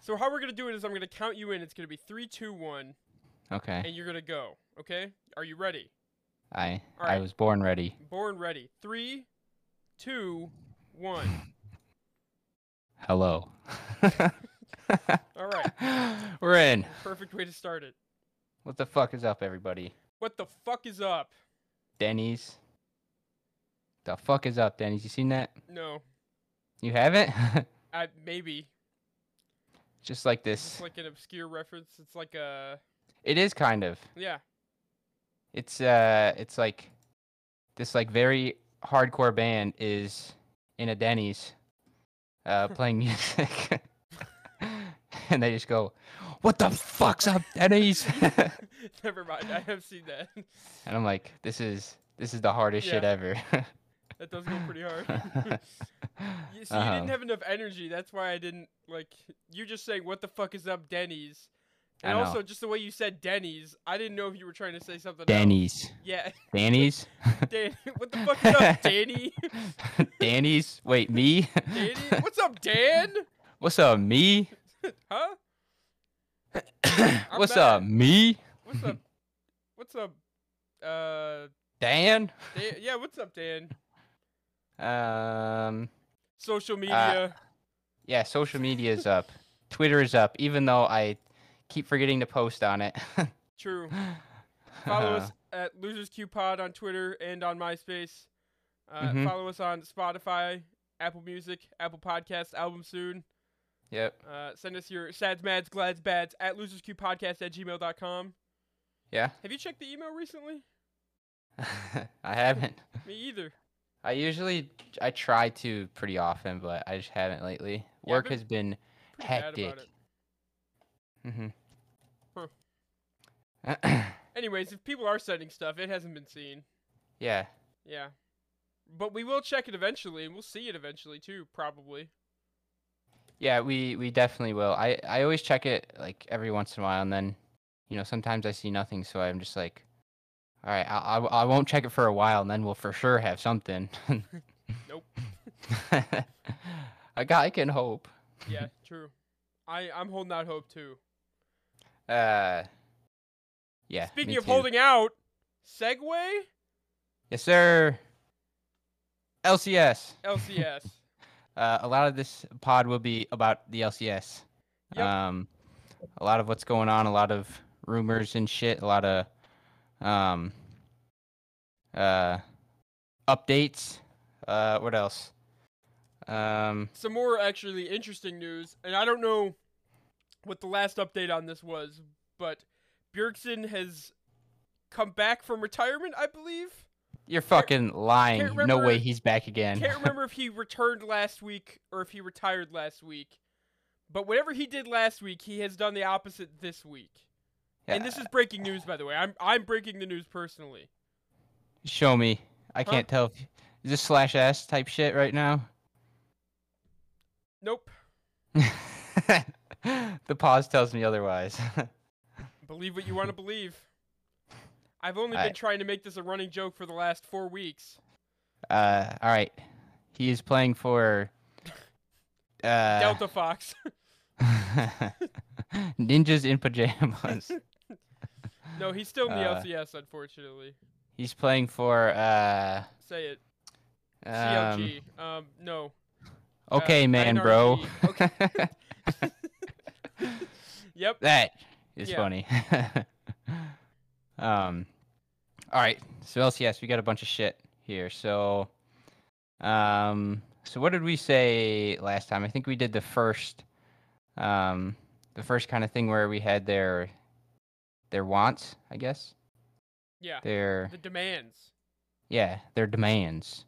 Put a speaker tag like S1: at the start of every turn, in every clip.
S1: So how we're gonna do it is I'm gonna count you in. It's gonna be three, two, one,
S2: Okay.
S1: and you're gonna go. Okay? Are you ready?
S2: I
S1: All
S2: I
S1: right.
S2: was born ready.
S1: Born ready. Three, two, one.
S2: Hello.
S1: All right.
S2: We're in.
S1: Perfect way to start it.
S2: What the fuck is up, everybody?
S1: What the fuck is up?
S2: Denny's. The fuck is up, Denny's? You seen that?
S1: No,
S2: You haven't?
S1: I maybe.
S2: Just like
S1: It's
S2: this.
S1: like an obscure reference. It's like a
S2: It is kind of.
S1: yeah.
S2: It's uh, it's like this like very hardcore band is in a Denny's, uh, playing music, and they just go, "What the fuck's up, Denny's?" and
S1: Never mind. I have seen that.
S2: I'm like, "This is this is the hardest shit
S1: Yeah.
S2: ever."
S1: that does go pretty hard. You see, you
S2: Uh-huh.
S1: didn't have enough energy. That's why I didn't like you. Just saying, "What the fuck is up, Denny's?"
S2: I
S1: And
S2: know.
S1: also, just the way you said Denny's, I didn't know if you were trying to say something. else.
S2: Danny's,
S1: Yeah,
S2: Danny's,
S1: Danny. What the fuck is up, Danny?
S2: Danny's. Wait, me?
S1: Danny, what's up, Dan?
S2: What's up, me?
S1: Huh?
S2: What's
S1: mad.
S2: up, me?
S1: What's up? What's up? Uh,
S2: Dan?
S1: Dan, yeah. What's up, Dan?
S2: Um.
S1: Social media.
S2: Yeah, social media is up. Twitter is up, even though I keep forgetting to post on it.
S1: True. Follow us at Losers Q Pod on Twitter and on MySpace. Uh,
S2: Mhm.
S1: Follow us on Spotify, Apple Music, Apple Podcast, album soon.
S2: Yep.
S1: Uh, send us your sads, mads, glads, bads at losersqpodcast at gmail.com.
S2: Yeah.
S1: Have you checked the email recently?
S2: I haven't.
S1: Me either.
S2: I usually I try to pretty often, but I just haven't lately.
S1: Yeah, I've
S2: Work
S1: been
S2: has been
S1: Pretty bad about
S2: hectic.
S1: it.
S2: Mhm.
S1: Huh.
S2: Huh.
S1: Anyways, if people are sending stuff, it hasn't been seen.
S2: yeah.
S1: Yeah. But we will check it eventually, and we'll see it eventually too, probably.
S2: Yeah, we we definitely will. I I always check it like every once in a while, and then you know sometimes I see nothing, so I'm just like, all right, I I, I won't check it for a while, and then we'll for sure have something.
S1: Nope.
S2: a guy can hope.
S1: Yeah, true. I, I'm holding out hope too.
S2: Uh, yeah.
S1: Speaking
S2: me
S1: of
S2: too.
S1: holding out, Segway
S2: yes, sir. LCS.
S1: LCS.
S2: Uh, a lot of this pod will be about the LCS.
S1: Yep.
S2: Um, a lot of what's going on, a lot of rumors and shit, a lot of um, uh, updates. Uh, what else? Um,
S1: Some more actually interesting news, and I don't know what the last update on this was, but Bjergsen has come back from retirement, I believe.
S2: you're fucking lying. no
S1: remember-
S2: way he's back again.
S1: Can't remember if he returned last week or if he retired last week. But whatever he did last week, he has done the opposite this week. And this is breaking news, by the way. I'm I'm breaking the news personally.
S2: Show me. I
S1: Huh?
S2: can't tell. If, is this slash s type shit right now?
S1: Nope.
S2: the pause tells me otherwise.
S1: Believe what you want to believe. I've only
S2: I-
S1: been trying to make this a running joke for the last four weeks.
S2: Uh, all right. He is playing for uh,
S1: Delta Fox.
S2: Ninjas in Pajamas.
S1: no, he's still in the
S2: Uh,
S1: LCS, unfortunately.
S2: He's playing for uh,
S1: Say it.
S2: um,
S1: CLG. Um, no. uh,
S2: Okay, man, bro.
S1: NRG. Okay. Yep.
S2: that is
S1: Yeah.
S2: funny. um, all right. So LCS, we got a bunch of shit here. So, um, so what did we say last time? I think we did the first, um, the first kind of thing where we had their, their wants, I guess.
S1: Yeah.
S2: Their
S1: The demands.
S2: yeah, their demands.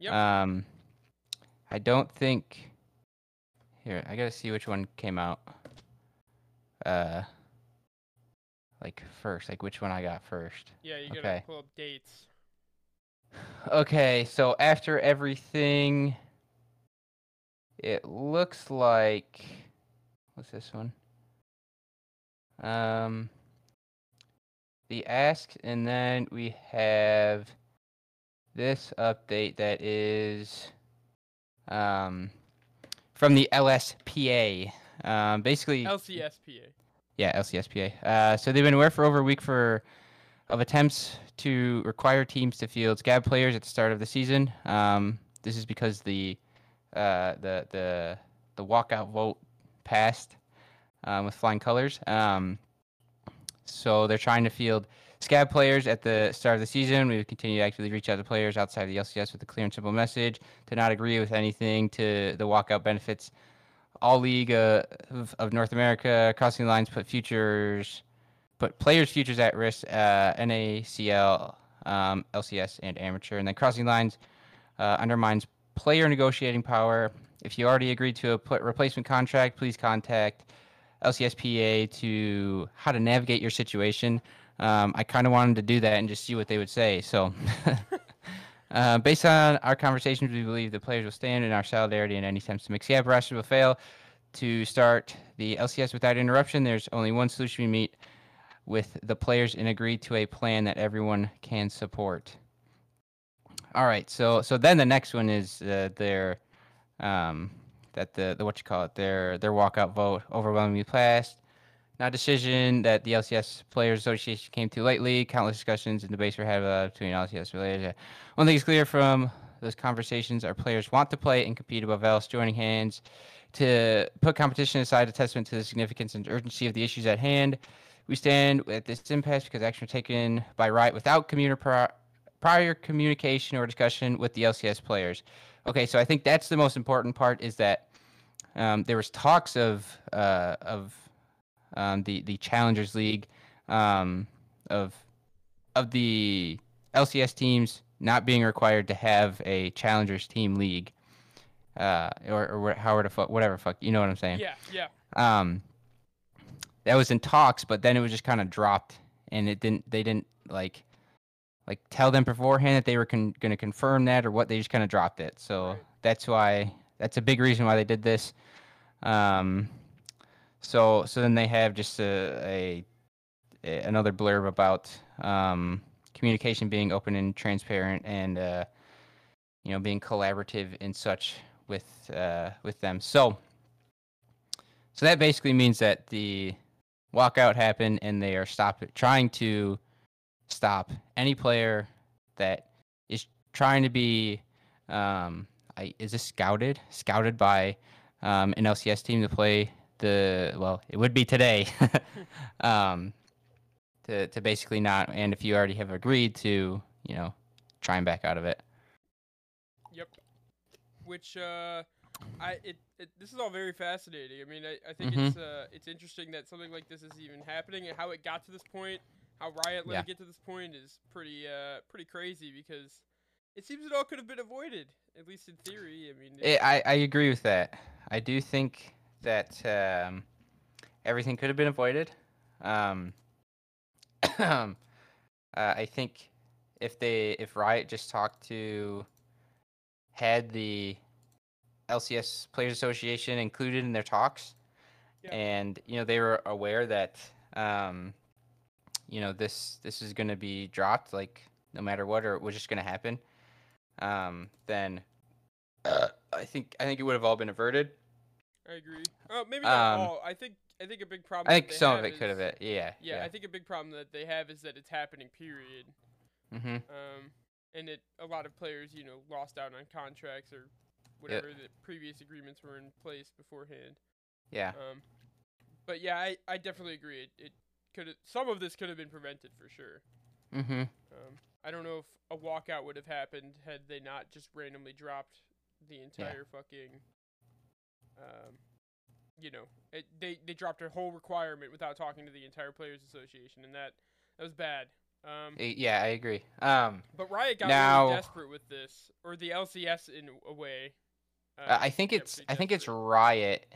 S1: Yep.
S2: Um, I don't think. Here, I gotta see which one came out. Uh, like first, like which one I got first.
S1: Yeah, you gotta
S2: Okay.
S1: pull up dates.
S2: Okay, so after everything, it looks like. What's this one? Um, the ask, and then we have this update that is um, from the LSPA. Um, basically,
S1: Oh, LCSPA.
S2: yeah, LCSPA. Uh, so they've been aware for over a week for of attempts to require teams to field scab players at the start of the season. Um, this is because the uh, the the the walkout vote passed um, with flying colors. Um, so they're trying to field scab players at the start of the season. We would continue to actively reach out to players outside the LCS with a clear and simple message to not agree with anything to the walkout benefits. All League uh, of, of North America crossing the lines put futures, put players' futures at risk. Uh, NACL, um, LCS, and amateur, and then crossing lines uh, undermines player negotiating power. If you already agreed to a pl- replacement contract, please contact LCSPA to how to navigate your situation. Um, I kind of wanted to do that and just see what they would say. So, uh, based on our conversations, we believe the players will stand in our solidarity in any attempts to make scab rosters will fail. To start the LCS without interruption, there's only one solution we meet with the players and agree to a plan that everyone can support. All right, so so then the next one is uh, their um, that the, the what you call it their their walkout vote overwhelmingly passed. Not decision that the LCS Players Association came to lightly. Countless discussions and debates were had uh, between LCS related. One thing is clear from those conversations: our players want to play and compete above else, joining hands to put competition aside. A testament to the significance and urgency of the issues at hand. We stand at this impasse because action was taken by right without communi- pri- prior communication or discussion with the LCS players. Okay, so I think that's the most important part is that um, there was talks of uh, of um, the the Challengers League um, of of the LCS teams not being required to have a Challengers team league uh, or, or wha- however the fuck whatever fuck you know what I'm saying
S1: Yeah, yeah.
S2: um that was in talks but then it was just kind of dropped and it didn't they didn't like like tell them beforehand that they were con- going to confirm that or what they just kind of dropped it so
S1: Right.
S2: that's why that's a big reason why they did this um so so then they have just a, a, a another blurb about um communication being open and transparent and uh you know being collaborative and such with uh with them so so that basically means that the walkout happened and they are stop trying to stop any player that is trying to be um I, is this scouted scouted by um, an LCS team to play the well it would be today um to to basically not and if you already have agreed to you know try and back out of it
S1: Yep. Which uh, I it, it this is all very fascinating. I mean, I, I think
S2: Mhm.
S1: it's uh, it's interesting that something like this is even happening and how it got to this point, how Riot let
S2: Yeah.
S1: it get to this point is pretty uh pretty crazy because it seems it all could have been avoided at least in theory. I mean, it-
S2: Eh, I I- I agree with that. I do think that um, everything could have been avoided. Um, uh, I think if they if Riot just talked to had the LCS Players Association included in their talks,
S1: Yeah.
S2: and you know they were aware that um, you know this this is going to be dropped like no matter what or it was just going to happen, um, then uh, I think I think it would have all been averted.
S1: I agree. Uh, maybe not
S2: um,
S1: all. I think I think a big problem.
S2: I think
S1: that they
S2: some of
S1: have
S2: it could have
S1: is-
S2: been. Yeah.
S1: Yeah, I think a big problem that they have is that it's happening. Period.
S2: hmm
S1: Um, and it a lot of players, you know, lost out on contracts or whatever the previous agreements were in place beforehand.
S2: Yeah.
S1: Um, but yeah, I, I definitely agree. It, it could some of this could have been prevented for sure.
S2: hmm
S1: Um, I don't know if a walkout would have happened had they not just randomly dropped the entire fucking. Um, you know, it, they they dropped a whole requirement without talking to the entire players association, and that that was bad. Um,
S2: Yeah, I agree. Um,
S1: but Riot got
S2: Now-
S1: really desperate with this, or the LCS in a way.
S2: I-
S1: um,
S2: I think
S1: got
S2: it's
S1: pretty
S2: I think it's
S1: desperate.
S2: Riot.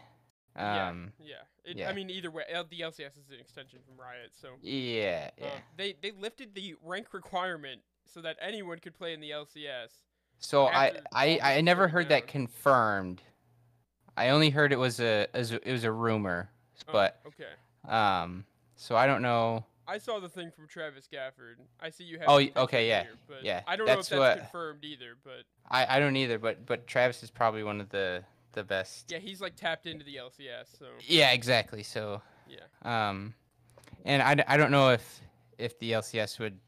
S1: Yeah.
S2: Um,
S1: yeah. It,
S2: yeah.
S1: I mean, either way, L- the LCS is an extension from Riot, so um,
S2: yeah, yeah.
S1: they they lifted the rank requirement so that anyone could play in the LCS.
S2: So I
S1: after all
S2: I
S1: this
S2: I never
S1: broke
S2: heard
S1: down.
S2: that confirmed. I only heard it was a as a- it was a rumor,
S1: Oh,
S2: but
S1: okay,
S2: um, so I don't know.
S1: I saw the thing from Travis Gafford. I see you have.
S2: Oh,
S1: the
S2: y-
S1: picture
S2: okay, yeah,
S1: here, but
S2: yeah,
S1: I don't
S2: that's
S1: know if that's
S2: what-
S1: confirmed either, but
S2: I I don't either. But but Travis is probably one of the the best.
S1: Yeah, he's like tapped into the LCS, so
S2: Yeah, exactly. So,
S1: yeah.
S2: um, and I, d- I don't know if if the LCS would.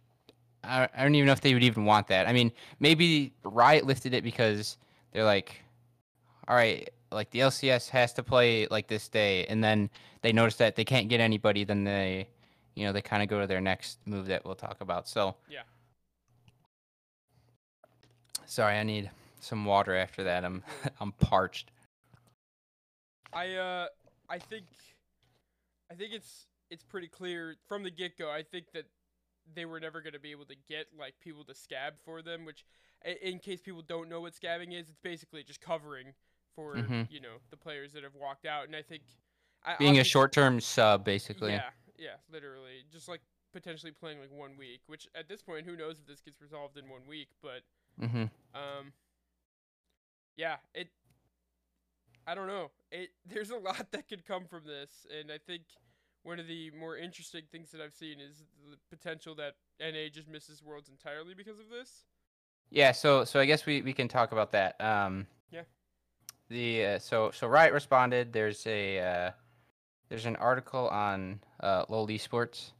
S2: I, I don't even know if they would even want that. I mean, maybe Riot lifted it because they're like, all right, like the LCS has to play like this day, and then they notice that they can't get anybody, then they, you know, they kind of go to their next move that we'll talk about. So
S1: Yeah.
S2: Sorry, I need some water after that. I'm I'm parched.
S1: I uh I think I think it's it's pretty clear from the get go. I think that they were never going to be able to get like people to scab for them. Which, i- in case people don't know what scabbing is, it's basically just covering for
S2: Mhm.
S1: you know the players that have walked out. And I think I,
S2: Being a
S1: obvi-
S2: short term sub, basically.
S1: Yeah, yeah, literally, just like potentially playing like one week. Which at this point, who knows if this gets resolved in one week? But
S2: Mm-hmm.
S1: um, yeah, it. I don't know. It there's a lot that could come from this, and I think one of the more interesting things that I've seen is the potential that NA just misses Worlds entirely because of this.
S2: Yeah, so so I guess we, we can talk about that. Um,
S1: Yeah.
S2: The uh, so so Riot responded. There's a uh, there's an article on uh, LoL esports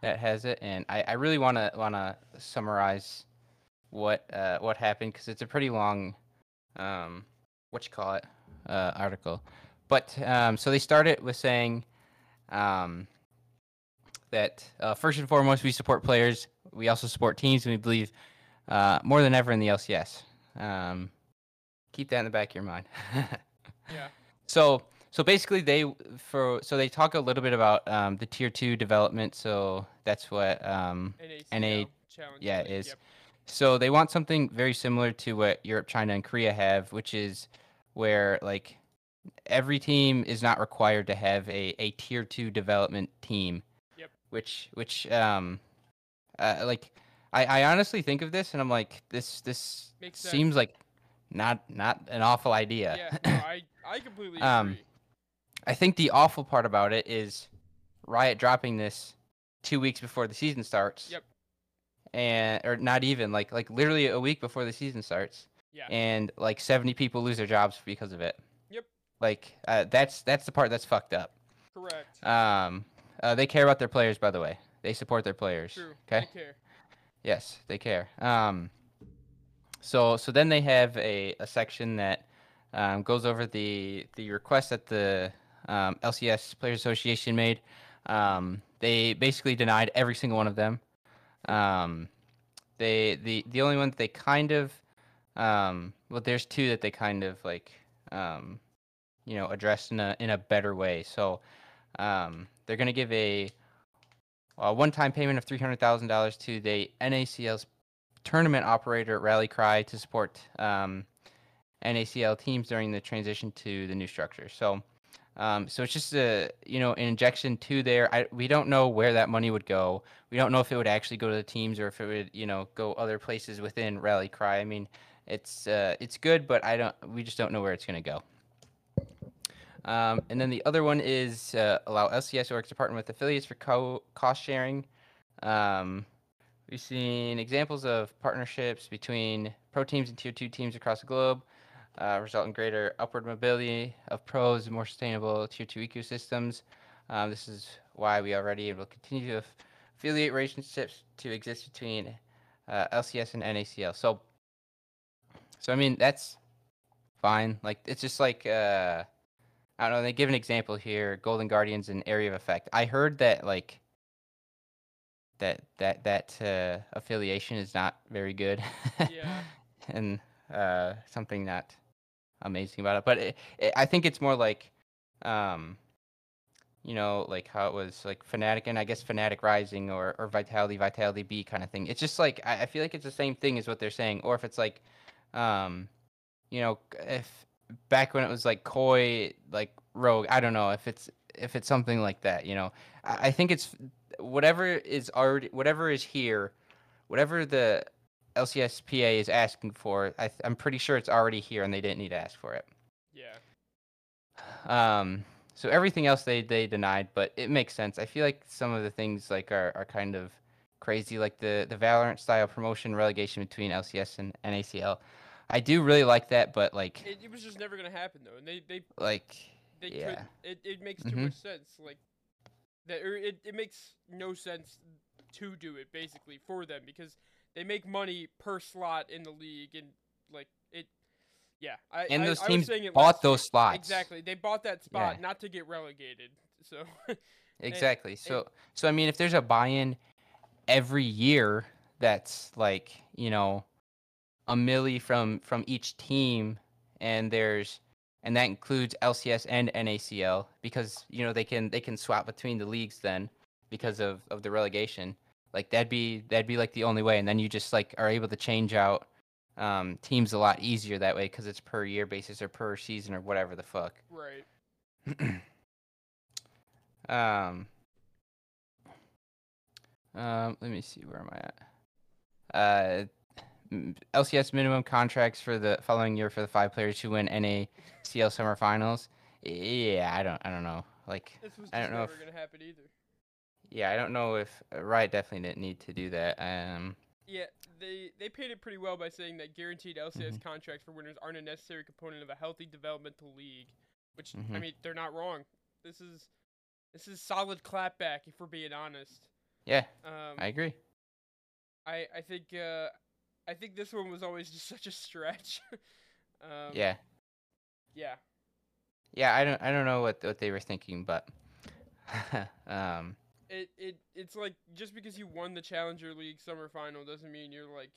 S2: that has it, and I, I really wanna wanna summarize what uh, what happened because it's a pretty long um, what you call it uh, article. But um, so they started with saying um, that uh, first and foremost we support players. We also support teams, and we believe uh, more than ever in the LCS. Um, keep that in the back of your mind.
S1: Yeah.
S2: So, so basically, they for so they talk a little bit about um, the tier two development. So that's what. Um,
S1: NA,
S2: NA
S1: challenge.
S2: yeah, it
S1: League,
S2: is.
S1: yep.
S2: So they want something very similar to what Europe, China, and Korea have, which is where like every team is not required to have a, a tier two development team.
S1: Yep.
S2: Which which um uh, like I, I honestly think of this and I'm like this this
S1: Makes sense.
S2: seems like not not an awful idea.
S1: Yeah, no, I I completely agree.
S2: Um, I think the awful part about it is Riot dropping this two weeks before the season starts.
S1: Yep.
S2: And or not even like like literally a week before the season starts.
S1: Yeah.
S2: And like seventy people lose their jobs because of it.
S1: Yep.
S2: Like uh, that's that's the part that's fucked up.
S1: Correct.
S2: Um, uh, they care about their players, by the way. They support their players.
S1: True.
S2: Okay.
S1: I care.
S2: Yes, they care. Um, so so then they have a, a section that um, goes over the the request that the um, LCS Players Association made. Um, they basically denied every single one of them. Um, they the the only one that they kind of um, well, there's two that they kind of like um, you know addressed in a in a better way. So um, they're gonna give a a one-time payment of three hundred thousand dollars to the NACL's tournament operator Rally Cry to support um, NACL teams during the transition to the new structure. So, um, so it's just a you know an injection to there. I, we don't know where that money would go. We don't know if it would actually go to the teams or if it would you know go other places within Rally Cry. I mean, it's uh, it's good, but I don't. We just don't know where it's going to go. Um, and then the other one is uh, allow LCS orgs to partner with affiliates for co- cost sharing. Um, we've seen examples of partnerships between pro teams and tier two teams across the globe, uh, result in greater upward mobility of pros and more sustainable tier two ecosystems. Um, this is why we already and will continue to aff- affiliate relationships to exist between uh, LCS and NACL. So, so I mean that's fine. Like it's just like. Uh, I don't know. They give an example here: Golden Guardians and Area of Effect. I heard that like that that that uh, affiliation is not very good.
S1: Yeah.
S2: and uh, something not amazing about it. But it, it, I think it's more like, um, you know, like how it was like Fnatic and I guess Fnatic Rising or or Vitality Vitality B kind of thing. It's just like I, I feel like it's the same thing as what they're saying. Or if it's like, um, you know, if back when it was like Koi, like Rogue. I don't know if it's if it's something like that. You know, I, I think it's whatever is already whatever is here, whatever the LCSPA is asking for. I, th- I'm pretty sure it's already here, and they didn't need to ask for it.
S1: Yeah.
S2: Um, so everything else they they denied, but it makes sense. I feel like some of the things like are, are kind of crazy, like the the Valorant style promotion relegation between LCS and NACL. I do really like that, but like
S1: It, it was just never gonna happen though, and they they
S2: like
S1: they
S2: yeah.
S1: could it, it makes too
S2: Mhm.
S1: much sense like that or it, it makes no sense to do it basically for them because they make money per slot in the league and like it yeah I
S2: and
S1: I,
S2: those
S1: I was
S2: teams
S1: saying it
S2: bought
S1: last
S2: those slots
S1: exactly they bought that spot
S2: Yeah.
S1: not to get relegated so
S2: Exactly. so so I mean if there's a buy-in every year that's like, you know, a milli from from each team and there's and that includes LCS and NACL because you know they can they can swap between the leagues then because of of the relegation. Like that'd be that'd be like the only way and then you just like are able to change out um, teams a lot easier that way cuz it's per year basis or per season or whatever the fuck.
S1: right
S2: Um, um, let me see. Where am I at? Uh, m- LCS minimum contracts for the following year for the five players who win NACL summer finals. Yeah, I don't, I don't know. Like,
S1: this was just
S2: I don't know
S1: never
S2: if-
S1: gonna happen either
S2: yeah, I don't know if uh, Riot definitely didn't need to do that. Um,
S1: yeah they they paid it pretty well by saying that guaranteed LCS
S2: Mm-hmm.
S1: contracts for winners aren't a necessary component of a healthy developmental league which I
S2: Mhm.
S1: mean they're not wrong this is this is solid clapback if we're being honest
S2: yeah,
S1: um
S2: I agree.
S1: I I think uh, I think this one was always just such a stretch. um,
S2: yeah,
S1: Yeah.
S2: yeah, I don't, I don't know what what they were thinking, but, um,
S1: It it it's like just because you won the Challenger League Summer Final doesn't mean you're like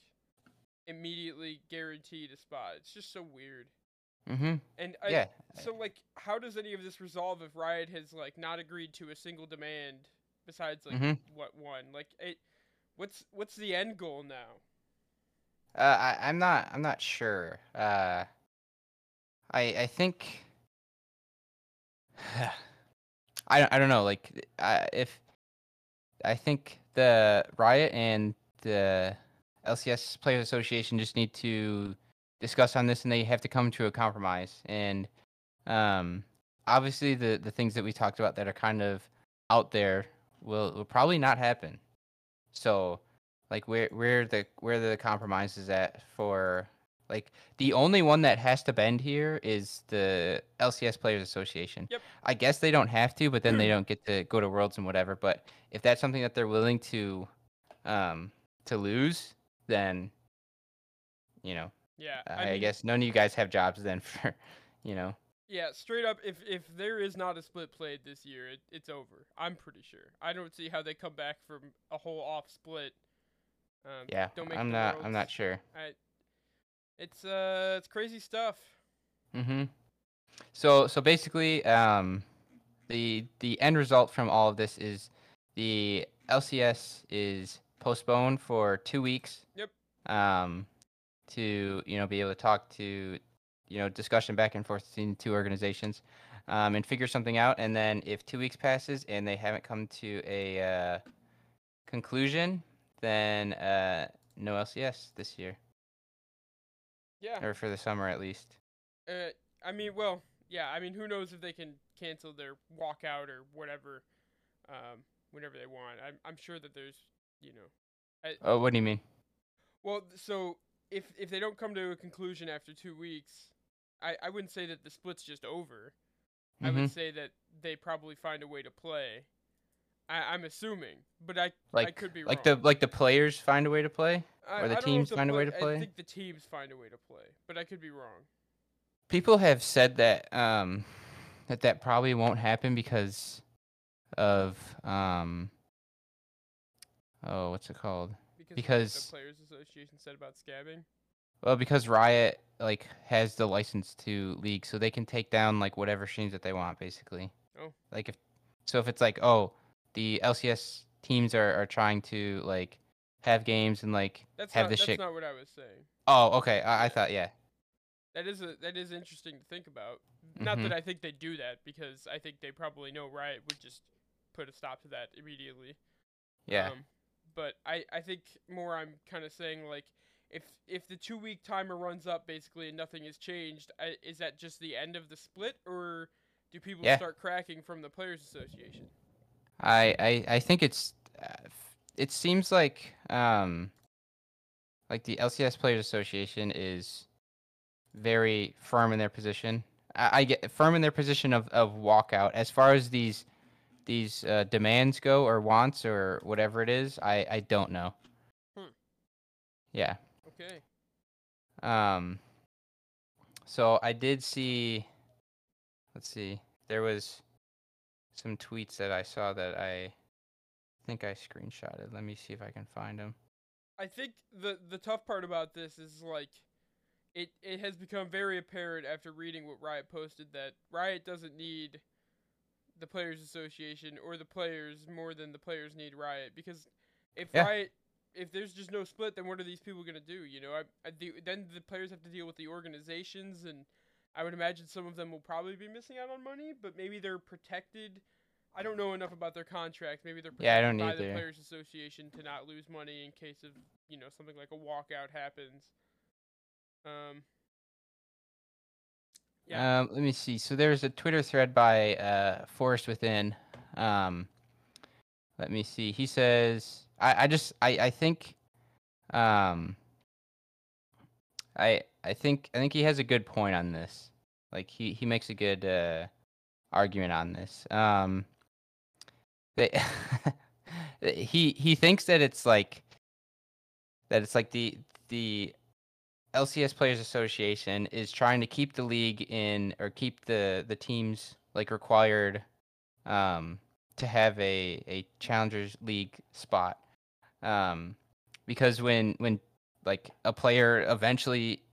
S1: immediately guaranteed a spot. It's just so weird.
S2: mm-hmm,
S1: And I,
S2: yeah,
S1: so like, how does any of this resolve if Riot has like not agreed to a single demand besides like
S2: Mhm.
S1: what one? Like it, what's what's the end goal now?
S2: Uh, I, I'm not. I'm not sure. Uh, I I think. I don't. I don't know. Like, th- I, if I think the riot and the LCS Players Association just need to discuss on this, and they have to come to a compromise. And um, obviously, the the things that we talked about that are kind of out there will will probably not happen. So like where where the where the compromise is at for like the only one that has to bend here is the LCS Players Association.
S1: Yep.
S2: I guess they don't have to, but then they don't get to go to Worlds and whatever. But if that's something that they're willing to um to lose, then you know,
S1: Yeah.
S2: I, I
S1: mean,
S2: guess none of you guys have jobs then for you know.
S1: Yeah, straight up. If if there is not a split played this year, it, it's over. I'm pretty sure. I don't see how they come back from a whole off split. Um,
S2: Yeah.
S1: don't make
S2: I'm
S1: the
S2: not I'm
S1: worlds.
S2: not sure.
S1: I, it's uh, it's crazy stuff.
S2: Mm-hmm. So so basically, um, the the end result from all of this is the LCS is postponed for two weeks.
S1: Yep.
S2: Um, to you know be able to talk to, you know, discussion back and forth between the two organizations, um, and figure something out. And then if two weeks passes and they haven't come to a uh, conclusion, then uh, no LCS this year
S1: Yeah.
S2: or for the summer at least.
S1: Uh, I mean, well, yeah. I mean, who knows if they can cancel their walkout or whatever, um, whenever they want. I'm I'm sure that there's, you know,
S2: Oh, what do you mean?
S1: Well, th- so if if they don't come to a conclusion after two weeks, I I wouldn't say that the split's just over. I
S2: Mhm.
S1: would say that they probably find a way to play. I, I'm assuming, but I
S2: like
S1: I could be
S2: like
S1: wrong.
S2: the like the players find a way to play.
S1: I, I
S2: or the
S1: don't know if
S2: teams
S1: the
S2: find a way
S1: play-
S2: to play?
S1: I think the teams find a way to play, but I could be wrong.
S2: People have said that um that that probably won't happen because of um oh what's it called?
S1: Because, of what
S2: Because-
S1: the players association said about scabbing.
S2: Well, because Riot like has the license to league, so they can take down like whatever streams that they want, basically.
S1: Oh.
S2: Like if so, if it's like oh the LCS teams are are trying to like have games and like
S1: That's
S2: have
S1: not
S2: this
S1: that's
S2: shit.
S1: not what I was saying.
S2: Oh, okay. I,
S1: Yeah.
S2: I thought yeah.
S1: That is a that is interesting to think about. Not
S2: Mm-hmm.
S1: that I think they do that because I think they probably know Riot would just put a stop to that immediately.
S2: Yeah.
S1: Um, but I, I think more I'm kind of saying like if if the two week timer runs up basically and nothing has changed, I, is that just the end of the split or do people
S2: Yeah.
S1: start cracking from the players association?
S2: I I, I think it's uh, f- it seems like um like the LCS Players Association is very firm in their position. I, I get firm in their position of, of walkout. As far as these these uh, demands go, or wants, or whatever it is, I, I don't know.
S1: Hmm.
S2: Yeah.
S1: Okay.
S2: Um. So I did see. Let's see. There was some tweets that I saw that I think I screenshotted. Let me see if I can find them.
S1: I think the the tough part about this is like it it has become very apparent after reading what Riot posted that Riot doesn't need the players association or the players more than the players need Riot because if
S2: Yeah.
S1: Riot if there's just no split then what are these people going to do you know I, I the, then the players have to deal with the organizations and I would imagine some of them will probably be missing out on money but maybe they're protected I don't know enough about their contract maybe they're protected
S2: Yeah, I don't
S1: by the
S2: either.
S1: players association to not lose money in case of you know something like a walkout happens um Yeah.
S2: Um, let me see. So there's a Twitter thread by uh, Forest Within. Um, let me see. He says, I, I just, I, I think, um, I, I think, I think he has a good point on this. Like he, he makes a good uh, argument on this. Um, they, he, he thinks that it's like, that it's like the, the LCS Players Association is trying to keep the league in or keep the the teams like required um, to have a a Challengers League spot um, because when when like a player eventually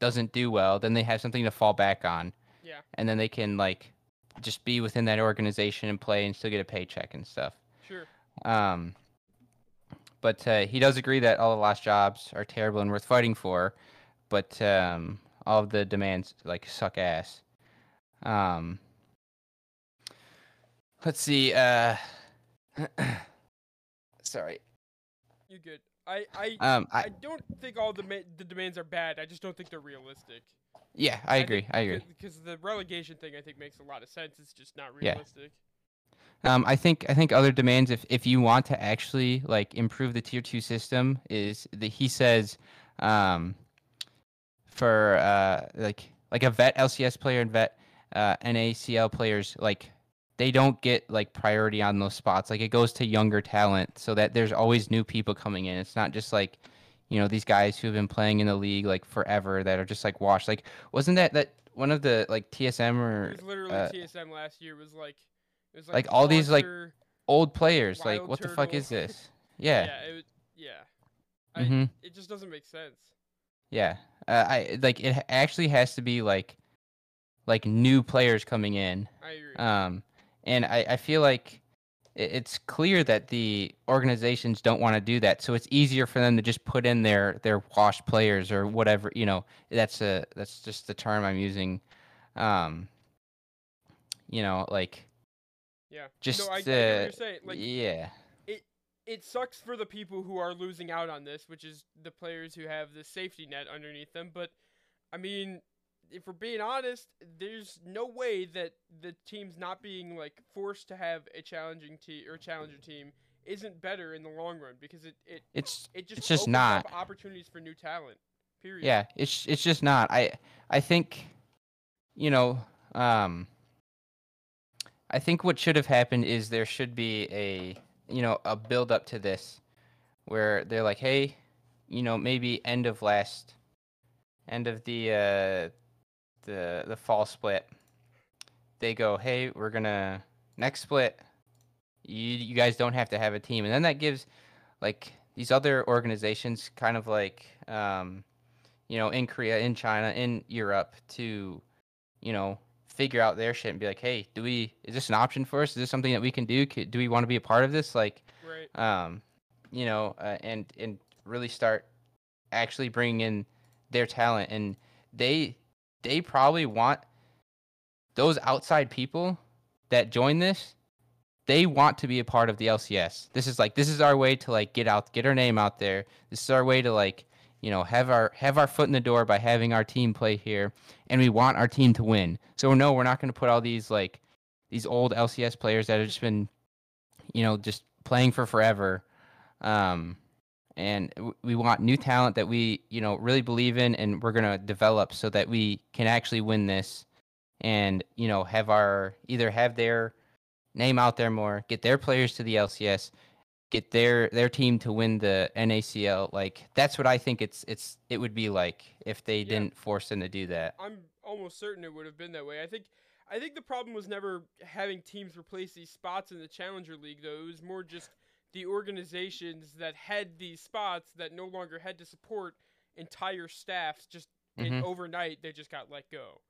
S2: doesn't do well, then they have something to fall back on.
S1: Yeah.
S2: and then they can like just be within that organization and play and still get a paycheck and stuff.
S1: sure
S2: Um, but uh, he does agree that all the lost jobs are terrible and worth fighting for, but um, all of the demands like suck ass. Um, let's see. Uh, sorry.
S1: you good I I
S2: Um,
S1: I,
S2: I
S1: don't think all the ma- the demands are bad. I just don't think they're realistic.
S2: yeah, I agree. I agree.
S1: Because the relegation thing, I think, makes a lot of sense. It's just not
S2: Yeah.
S1: realistic.
S2: Um, I think I think other demands if if you want to actually like improve the tier two system is that he says, um, for uh like like a vet LCS player and vet uh, NACL players like they don't get like priority on those spots like it goes to younger talent so that there's always new people coming in it's not just like you know these guys who have been playing in the league like forever that are just like washed like wasn't that that one of the like TSM
S1: It
S2: or
S1: was literally
S2: uh,
S1: TSM last year was like, it was
S2: like, all these, like,
S1: Monster-
S2: old players like
S1: Wild
S2: what the fuck
S1: Turtle.
S2: is this
S1: yeah,
S2: yeah
S1: it was, yeah, I-
S2: hmm
S1: it just doesn't make sense.
S2: yeah uh, i like it ha- actually has to be like like new players coming in
S1: I agree.
S2: um and i i feel like it, it's clear that the organizations don't want to do that so it's easier for them to just put in their their washed players or whatever you know that's a that's just the term i'm using um you know like
S1: yeah,
S2: just
S1: no, I, I get what
S2: uh,
S1: you're saying. Like,
S2: yeah
S1: it sucks for the people who are losing out on this, which is the players who have the safety net underneath them. But I mean, if we're being honest, there's no way that the team's not being like forced to have a challenging team or challenger team isn't better in the long run because it it,
S2: it's
S1: it just
S2: It's just
S1: opens
S2: not.
S1: up opportunities for new talent. Period.
S2: Yeah, it's it's just not. I I think, you know, um, I think what should have happened is there should be a you know a build up to this, where they're like, hey, you know, maybe end of last, end of the uh, the the fall split, they go, hey, we're gonna next split, you you guys don't have to have a team, and then that gives like these other organizations kind of like um you know, in Korea, in China, in Europe to, you know, figure out their shit and be like, hey, do we, is this an option for us? Is this something that we can do? Could, do we want to be a part of this? Like,
S1: Right.
S2: um, you know, uh, and, and really start actually bringing in their talent. And they, they probably want those outside people that join this. They want to be a part of the LCS. This is like this is our way to like get out, get our name out there. This is our way to like you know have our have our foot in the door by having our team play here and we want our team to win so no we're not going to put all these like these old lcs players that have just been you know just playing for forever um and w- we want new talent that we you know really believe in and we're gonna develop so that we can actually win this and you know have our either have their name out there more, get their players to the LCS, get their their team to win the NACL. Like that's what I think it's it's it would be like if they
S1: Yeah.
S2: didn't force them to do that.
S1: I'm almost certain it would have been that way. I think I think the problem was never having teams replace these spots in the Challenger League though. It was more just the organizations that had these spots that no longer had to support entire staffs just
S2: Mhm.
S1: and overnight they just got let go.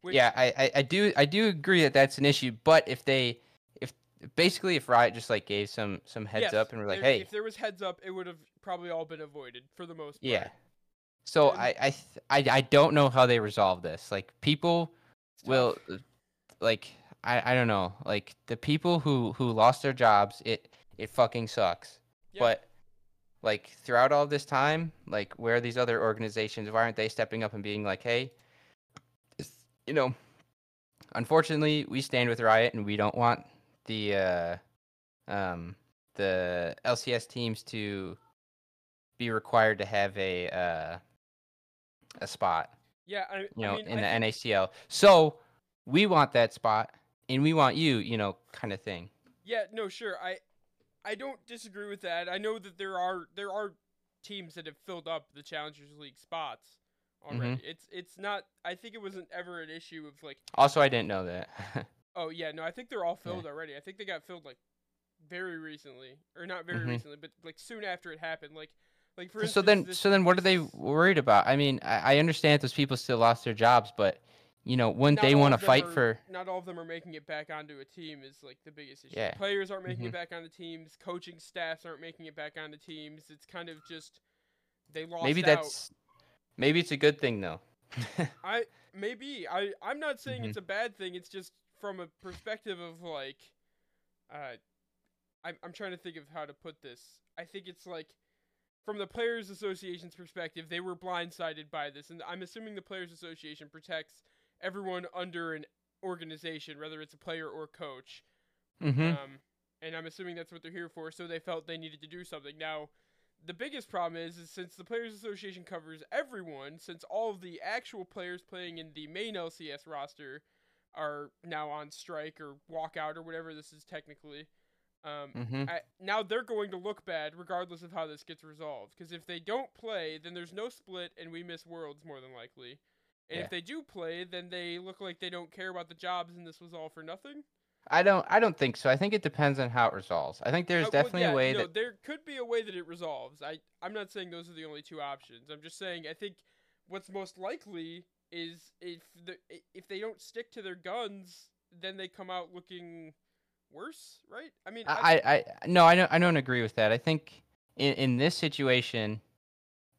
S1: Which
S2: yeah, I, I I do I do agree that that's an issue, but if they if basically if Riot just like gave some some heads
S1: yes,
S2: up and were like,
S1: there-
S2: hey,
S1: if there was heads up, it would have probably all been avoided for the most part.
S2: yeah. So
S1: And-
S2: I I, th- I I don't know how they resolve this. Like people
S1: It's tough.
S2: Well, uh, like I, I don't know. Like the people who who lost their jobs, it it fucking sucks.
S1: Yeah.
S2: But like throughout all this time, like where are these other organizations? Why aren't they stepping up and being like, hey, it's- you know, unfortunately, we stand with Riot and we don't want the uh, um the LCS teams to be required to have a uh, a spot
S1: yeah, I,
S2: you
S1: I
S2: know,
S1: mean,
S2: in
S1: I
S2: the
S1: think-
S2: NACL. So we want that spot, and we want you, you know, kind of thing.
S1: Yeah, no, sure. I I don't disagree with that. I know that there are there are teams that have filled up the Challengers League spots already.
S2: Mm-hmm.
S1: It's it's not I think it wasn't ever an issue of like,
S2: Also, I didn't know that.
S1: oh yeah, no, I think they're all
S2: Yeah.
S1: filled already. I think they got filled like very recently or not very
S2: Mhm.
S1: recently, but like soon after it happened. Like like for
S2: so
S1: instance,
S2: then,
S1: this-
S2: so then, what are they
S1: this-
S2: worried about? I mean, I, I understand those people still lost their jobs, but you know, wouldn't
S1: not
S2: they
S1: all
S2: want to
S1: of them
S2: fight
S1: are-
S2: for?
S1: Not all of them are making it back onto a team is like the biggest issue.
S2: Yeah.
S1: Players aren't making
S2: Mhm.
S1: it back onto teams. Coaching staffs aren't making it back onto teams. It's kind of just they lost.
S2: Maybe
S1: out.
S2: that's, maybe it's a good thing though.
S1: I maybe I I'm not saying
S2: Mhm.
S1: it's a bad thing. It's just from a perspective of like, uh, I'm I'm trying to think of how to put this. I think it's like. From the Players Association's perspective, they were blindsided by this, and I'm assuming the Players Association protects everyone under an organization, whether it's a player or coach.
S2: hmm
S1: Um, and I'm assuming that's what they're here for, so they felt they needed to do something. Now, the biggest problem is, is since the Players Association covers everyone, since all of the actual players playing in the main LCS roster are now on strike or walkout or whatever this is technically, um,
S2: hmm
S1: I, now they're going to look bad regardless of how this gets resolved. Because if they don't play, then there's no split and we miss worlds more than likely. And
S2: Yeah.
S1: if they do play, then they look like they don't care about the jobs and this was all for nothing.
S2: I don't, I don't think so. I think it depends on how it resolves. I think there's
S1: Uh, well,
S2: definitely
S1: yeah,
S2: a way
S1: no,
S2: that
S1: there could be a way that it resolves. I I'm not saying those are the only two options. I'm just saying I think what's most likely is if the i- if they don't stick to their guns, then they come out looking worse, right? I mean, I,
S2: I, I, I- no, I don't, I don't agree with that. I think in, in this situation,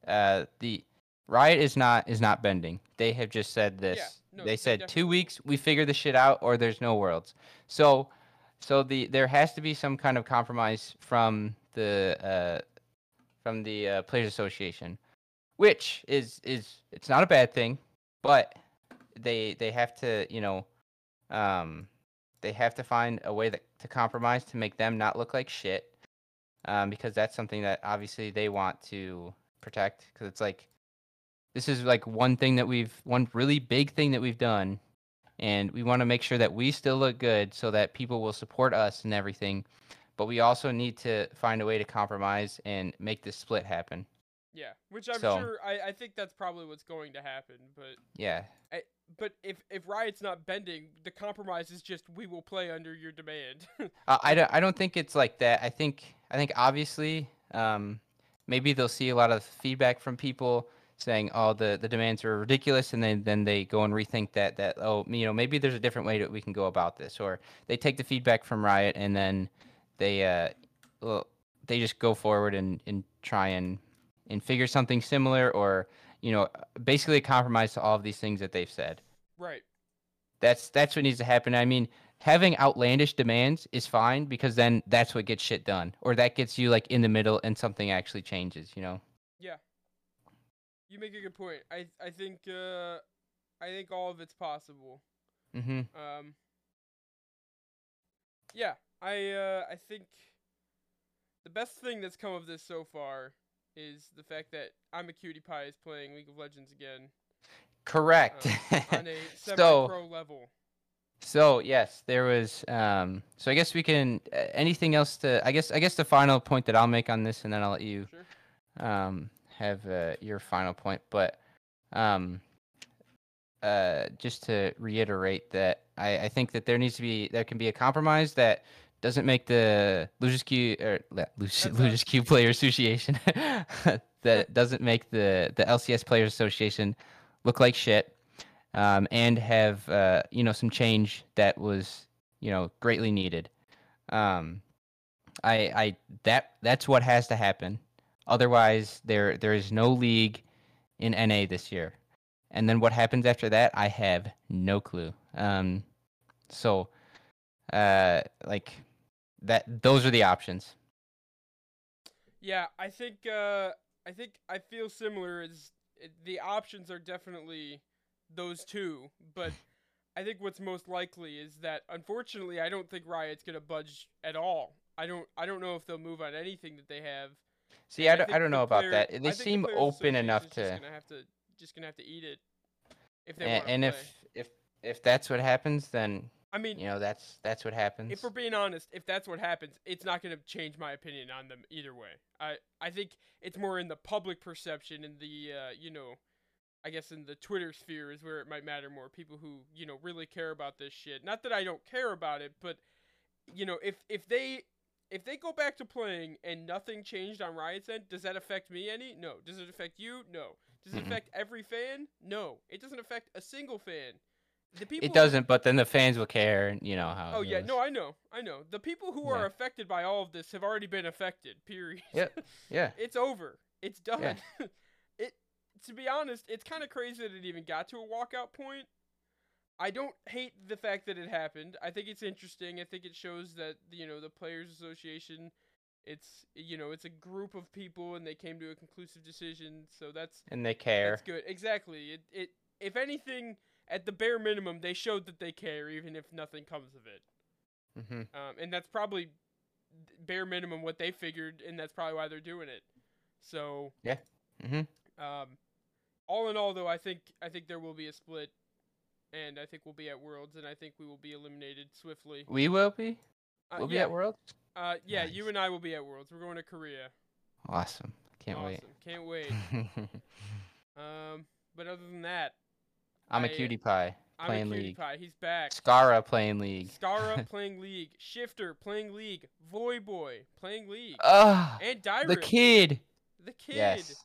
S2: uh, the riot is not is not bending. They have just said this.
S1: no,
S2: they
S1: they
S2: said
S1: definitely
S2: two
S1: won't."
S2: weeks, we figure this shit out, or there's no worlds. So, so the there has to be some kind of compromise from the uh, from the uh, players association, which is is it's not a bad thing, but they they have to you know, um, they have to find a way that, to compromise to make them not look like shit, um, because that's something that obviously they want to protect. Because it's like this is like one thing that we've one really big thing that we've done, and we want to make sure that we still look good so that people will support us and everything. But we also need to find a way to compromise and make this split happen.
S1: yeah, which I'm
S2: so-
S1: sure I, I think that's probably what's going to happen. But
S2: Yeah,
S1: but if if Riot's not bending, the compromise is just we will play under your demand.
S2: Uh, I don't. I don't think it's like that. I think. I think obviously, um, maybe they'll see a lot of feedback from people saying, "Oh, the the demands are ridiculous," and then then they go and rethink that. That oh, you know, maybe there's a different way that we can go about this, or they take the feedback from Riot and then they uh, well, they just go forward and and try and and figure something similar, or you know, basically a compromise to all of these things that they've said.
S1: right.
S2: That's that's what needs to happen. I mean, having outlandish demands is fine because then that's what gets shit done, or that gets you like in the middle and something actually changes. You know?
S1: You make a good point. I I think uh, I think all of it's possible.
S2: Mm-hmm.
S1: Um. Yeah, I uh, I think the best thing that's come of this so far is the fact that I'm a cutie pie is playing League of Legends again
S2: Correct.
S1: on a
S2: So-
S1: semi-pro level.
S2: So yes, there was. Um, so I guess we can. uh, Anything else to? I guess. I guess the final point that I'll make on this, and then I'll let you
S1: Sure.
S2: um, have uh, your final point. But um, uh, just to reiterate that I, I think that there needs to be there can be a compromise that doesn't make the Lucius Q er, or la- Lucius,
S1: That's us.
S2: Lucius Q Player Association that doesn't make the the LCS Players Association look like shit. Um, and have uh, you know some change that was you know greatly needed. Um, I I that that's what has to happen. Otherwise, there there is no league in NA this year. And then what happens after that, I have no clue. Um, so, uh, like that, those are the options.
S1: Yeah, I think uh, I think I feel similar. Is the options are definitely those two, but I think what's most likely is that unfortunately I don't think Riot's gonna budge at all. I don't I don't know if they'll move on anything that they have.
S2: See,
S1: and
S2: I don't,
S1: think
S2: I don't
S1: the
S2: know about
S1: player-
S2: that.
S1: I
S2: They
S1: think the
S2: seem
S1: Players
S2: open enough
S1: Association's
S2: to,
S1: just gonna have to just gonna have to eat it if they
S2: and,
S1: want
S2: and
S1: to
S2: if if if that's what happens, then
S1: I mean,
S2: you know that's that's what happens.
S1: if we're being honest, if that's what happens, it's not going to change my opinion on them either way. I I think it's more in the public perception and the uh, you know, I guess in the Twitter sphere is where it might matter more. People who you know really care about this shit. Not that I don't care about it, but you know, if if they if they go back to playing and nothing changed on Riot's end, does that affect me any? No. Does it affect you? No. Does it
S2: Mm-mm.
S1: affect every fan? No. It doesn't affect a single fan. The people
S2: it doesn't, but then the fans will care, and you know how.
S1: Oh
S2: it
S1: yeah,
S2: goes.
S1: no, I know, I know. The people who
S2: Yeah.
S1: are affected by all of this have already been affected. Period.
S2: Yep. yeah.
S1: it's over. It's done.
S2: Yeah.
S1: it. To be honest, it's kind of crazy that it even got to a walkout point. I don't hate the fact that it happened. I think it's interesting. I think it shows that you know the players' association. It's you know it's a group of people and they came to a conclusive decision. So that's
S2: And they care.
S1: that's good. Exactly. It it if anything at the bare minimum they showed that they care even if nothing comes of it.
S2: Mm-hmm.
S1: Um, and that's probably bare minimum what they figured, and that's probably why they're doing it. So
S2: Yeah. Mhm.
S1: Um, all in all, though, I think I think there will be a split, and I think we'll be at Worlds, and I think we will be eliminated swiftly.
S2: We will be.
S1: Uh,
S2: We'll be
S1: yeah,
S2: at Worlds.
S1: Uh, yeah, you
S2: Nice.
S1: and I will be at Worlds. We're going to Korea.
S2: Awesome. Can't
S1: awesome.
S2: wait.
S1: Can't wait. Um, but other than that,
S2: I'm a
S1: I- uh,
S2: cutie pie.
S1: I'm
S2: Playing
S1: a cutie
S2: League.
S1: pie. He's back.
S2: Scara playing league.
S1: Scara playing League. Shifter playing League. Voyboy playing League.
S2: Ah,
S1: and Dyrus.
S2: the kid.
S1: The kid.
S2: Yes.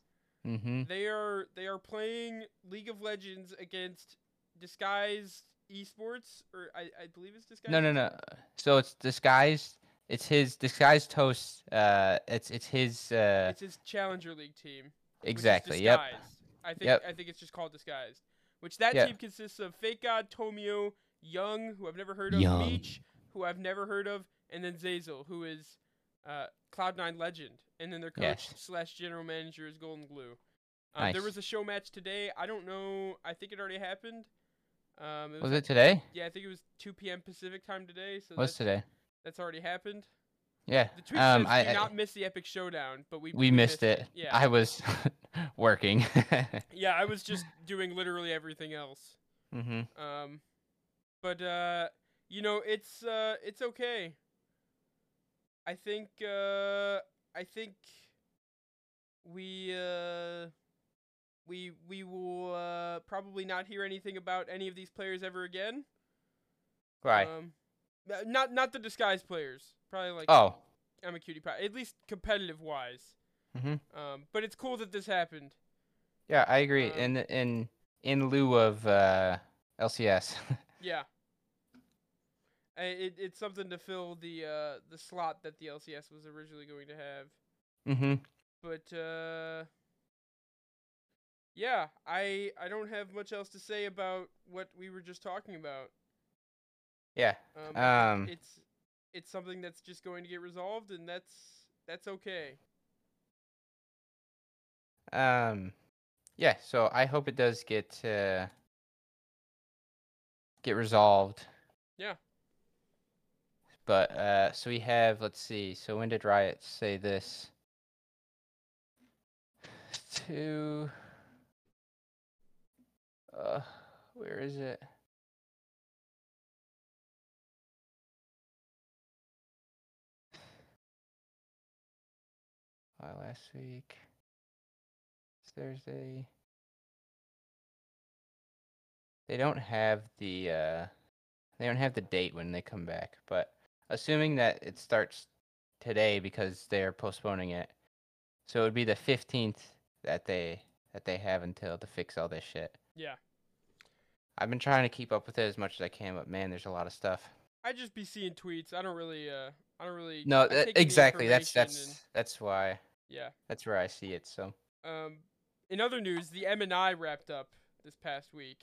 S2: Mm-hmm.
S1: They are they are playing League of Legends against disguised esports, or I, I believe it's disguised.
S2: No, no, no. So it's disguised. It's his disguised host. Uh, it's it's his. Uh,
S1: It's his Challenger League team. which is
S2: exactly. Yep.
S1: Disguised. I think
S2: Yep.
S1: I think it's just called disguised. Which that
S2: Yep.
S1: team consists of Fake God, Tomio, Young, who I've never heard of,
S2: Young.
S1: Meech, who I've never heard of, and then Zazel, who is uh, Cloud9 legend, and then their coach
S2: Yes.
S1: slash general manager is Golden Glue. Um, There
S2: Nice.
S1: was a show match today. I don't know. I think it already happened. Um, it was
S2: Was it today?
S1: Yeah, I think it was 2 p.m. Pacific time today, so
S2: Was
S1: that's,
S2: today?
S1: that's already happened.
S2: Yeah.
S1: The tweet
S2: Um,
S1: says,
S2: I,
S1: "Do
S2: I-
S1: not miss the epic showdown," but we
S2: we missed it.
S1: Yeah,
S2: I was working.
S1: yeah, I was just doing literally everything else.
S2: mm-hmm.
S1: Um, but uh, you know, it's uh, it's okay. I think uh, I think we uh, we we will uh, probably not hear anything about any of these players ever again.
S2: Right.
S1: Um, n- not not the disguised players. Probably like
S2: oh.
S1: I'm a cutie pie. At least competitive wise.
S2: Mhm.
S1: Um, but it's cool that this happened.
S2: Yeah, I agree.
S1: um,
S2: in in in lieu of uh, LCS.
S1: Yeah. I- It, it's something to fill the uh, the slot that the LCS was originally going to have.
S2: mm-hmm.
S1: But uh, yeah, I I don't have much else to say about what we were just talking about.
S2: Yeah.
S1: Um, I think
S2: Um,
S1: it's it's something that's just going to get resolved, and that's that's okay.
S2: Um, yeah. So I hope it does get uh, get resolved.
S1: Yeah.
S2: But uh, so we have. Let's see. So when did Riot say this? to. Uh, where is it? Uh, last week. It's Thursday. They don't have the uh, they don't have the date when they come back, but assuming that it starts today because they're postponing it, so it would be the fifteenth that they that they have until to fix all this shit.
S1: Yeah.
S2: I've been trying to keep up with it as much as I can, but man, there's a lot of stuff.
S1: I just be seeing tweets. I don't really uh I don't really
S2: No,
S1: I
S2: that-
S1: take in the
S2: exactly. That's
S1: information
S2: that's
S1: and-
S2: that's why
S1: yeah.
S2: that's where I see it. So
S1: Um in other news, the M and I wrapped up this past week.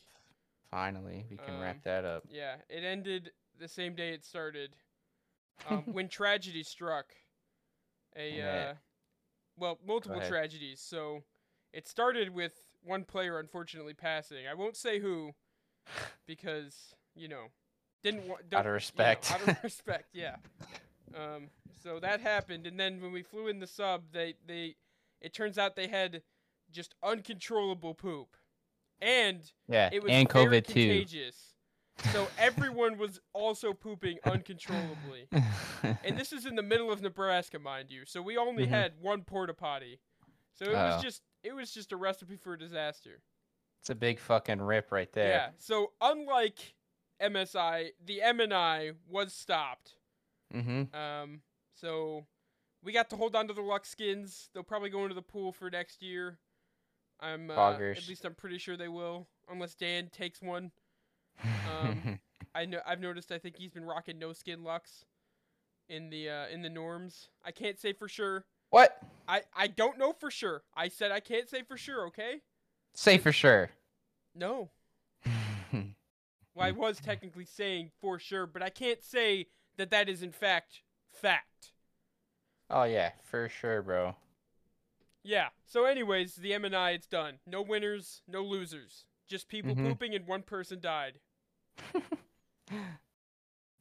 S2: finally, we can
S1: Um,
S2: wrap that up.
S1: Yeah, it ended the same day it started. Um, when tragedy struck, a
S2: Yeah.
S1: uh, well, multiple
S2: ahead.
S1: tragedies. So it started with one player unfortunately passing. I won't say who, because you know, didn't want
S2: Out of respect.
S1: out of respect, yeah. Um, so that happened, and then when we flew in the sub, they they it turns out they had just uncontrollable poop, and
S2: yeah,
S1: it was
S2: and
S1: very
S2: COVID too.
S1: contagious. So everyone was also pooping uncontrollably. And this is in the middle of Nebraska, mind you. So we only
S2: Mhm.
S1: had one porta potty. So it was
S2: Oh.
S1: just it was just a recipe for disaster.
S2: It's a big fucking rip right there.
S1: Yeah. So unlike MSI, the M and I was stopped.
S2: Mm-hmm.
S1: Um so we got to hold on to the luck skins. They'll probably go into the pool for next year. I'm uh, at
S2: Poggers.
S1: least I'm pretty sure they will, unless Dan takes one. Um, I know I've noticed I think he's been rocking no skin lux in the uh, in the norms. I can't say for sure.
S2: what?
S1: I, I don't know for sure. I said I can't say for sure, okay?
S2: Say for sure.
S1: No. Well, I was technically saying for sure, but I can't say that that is in fact fact.
S2: oh yeah, for sure, bro.
S1: Yeah. So anyways, the M and I it's done. No winners, no losers. Just people
S2: Mhm.
S1: pooping and one person died.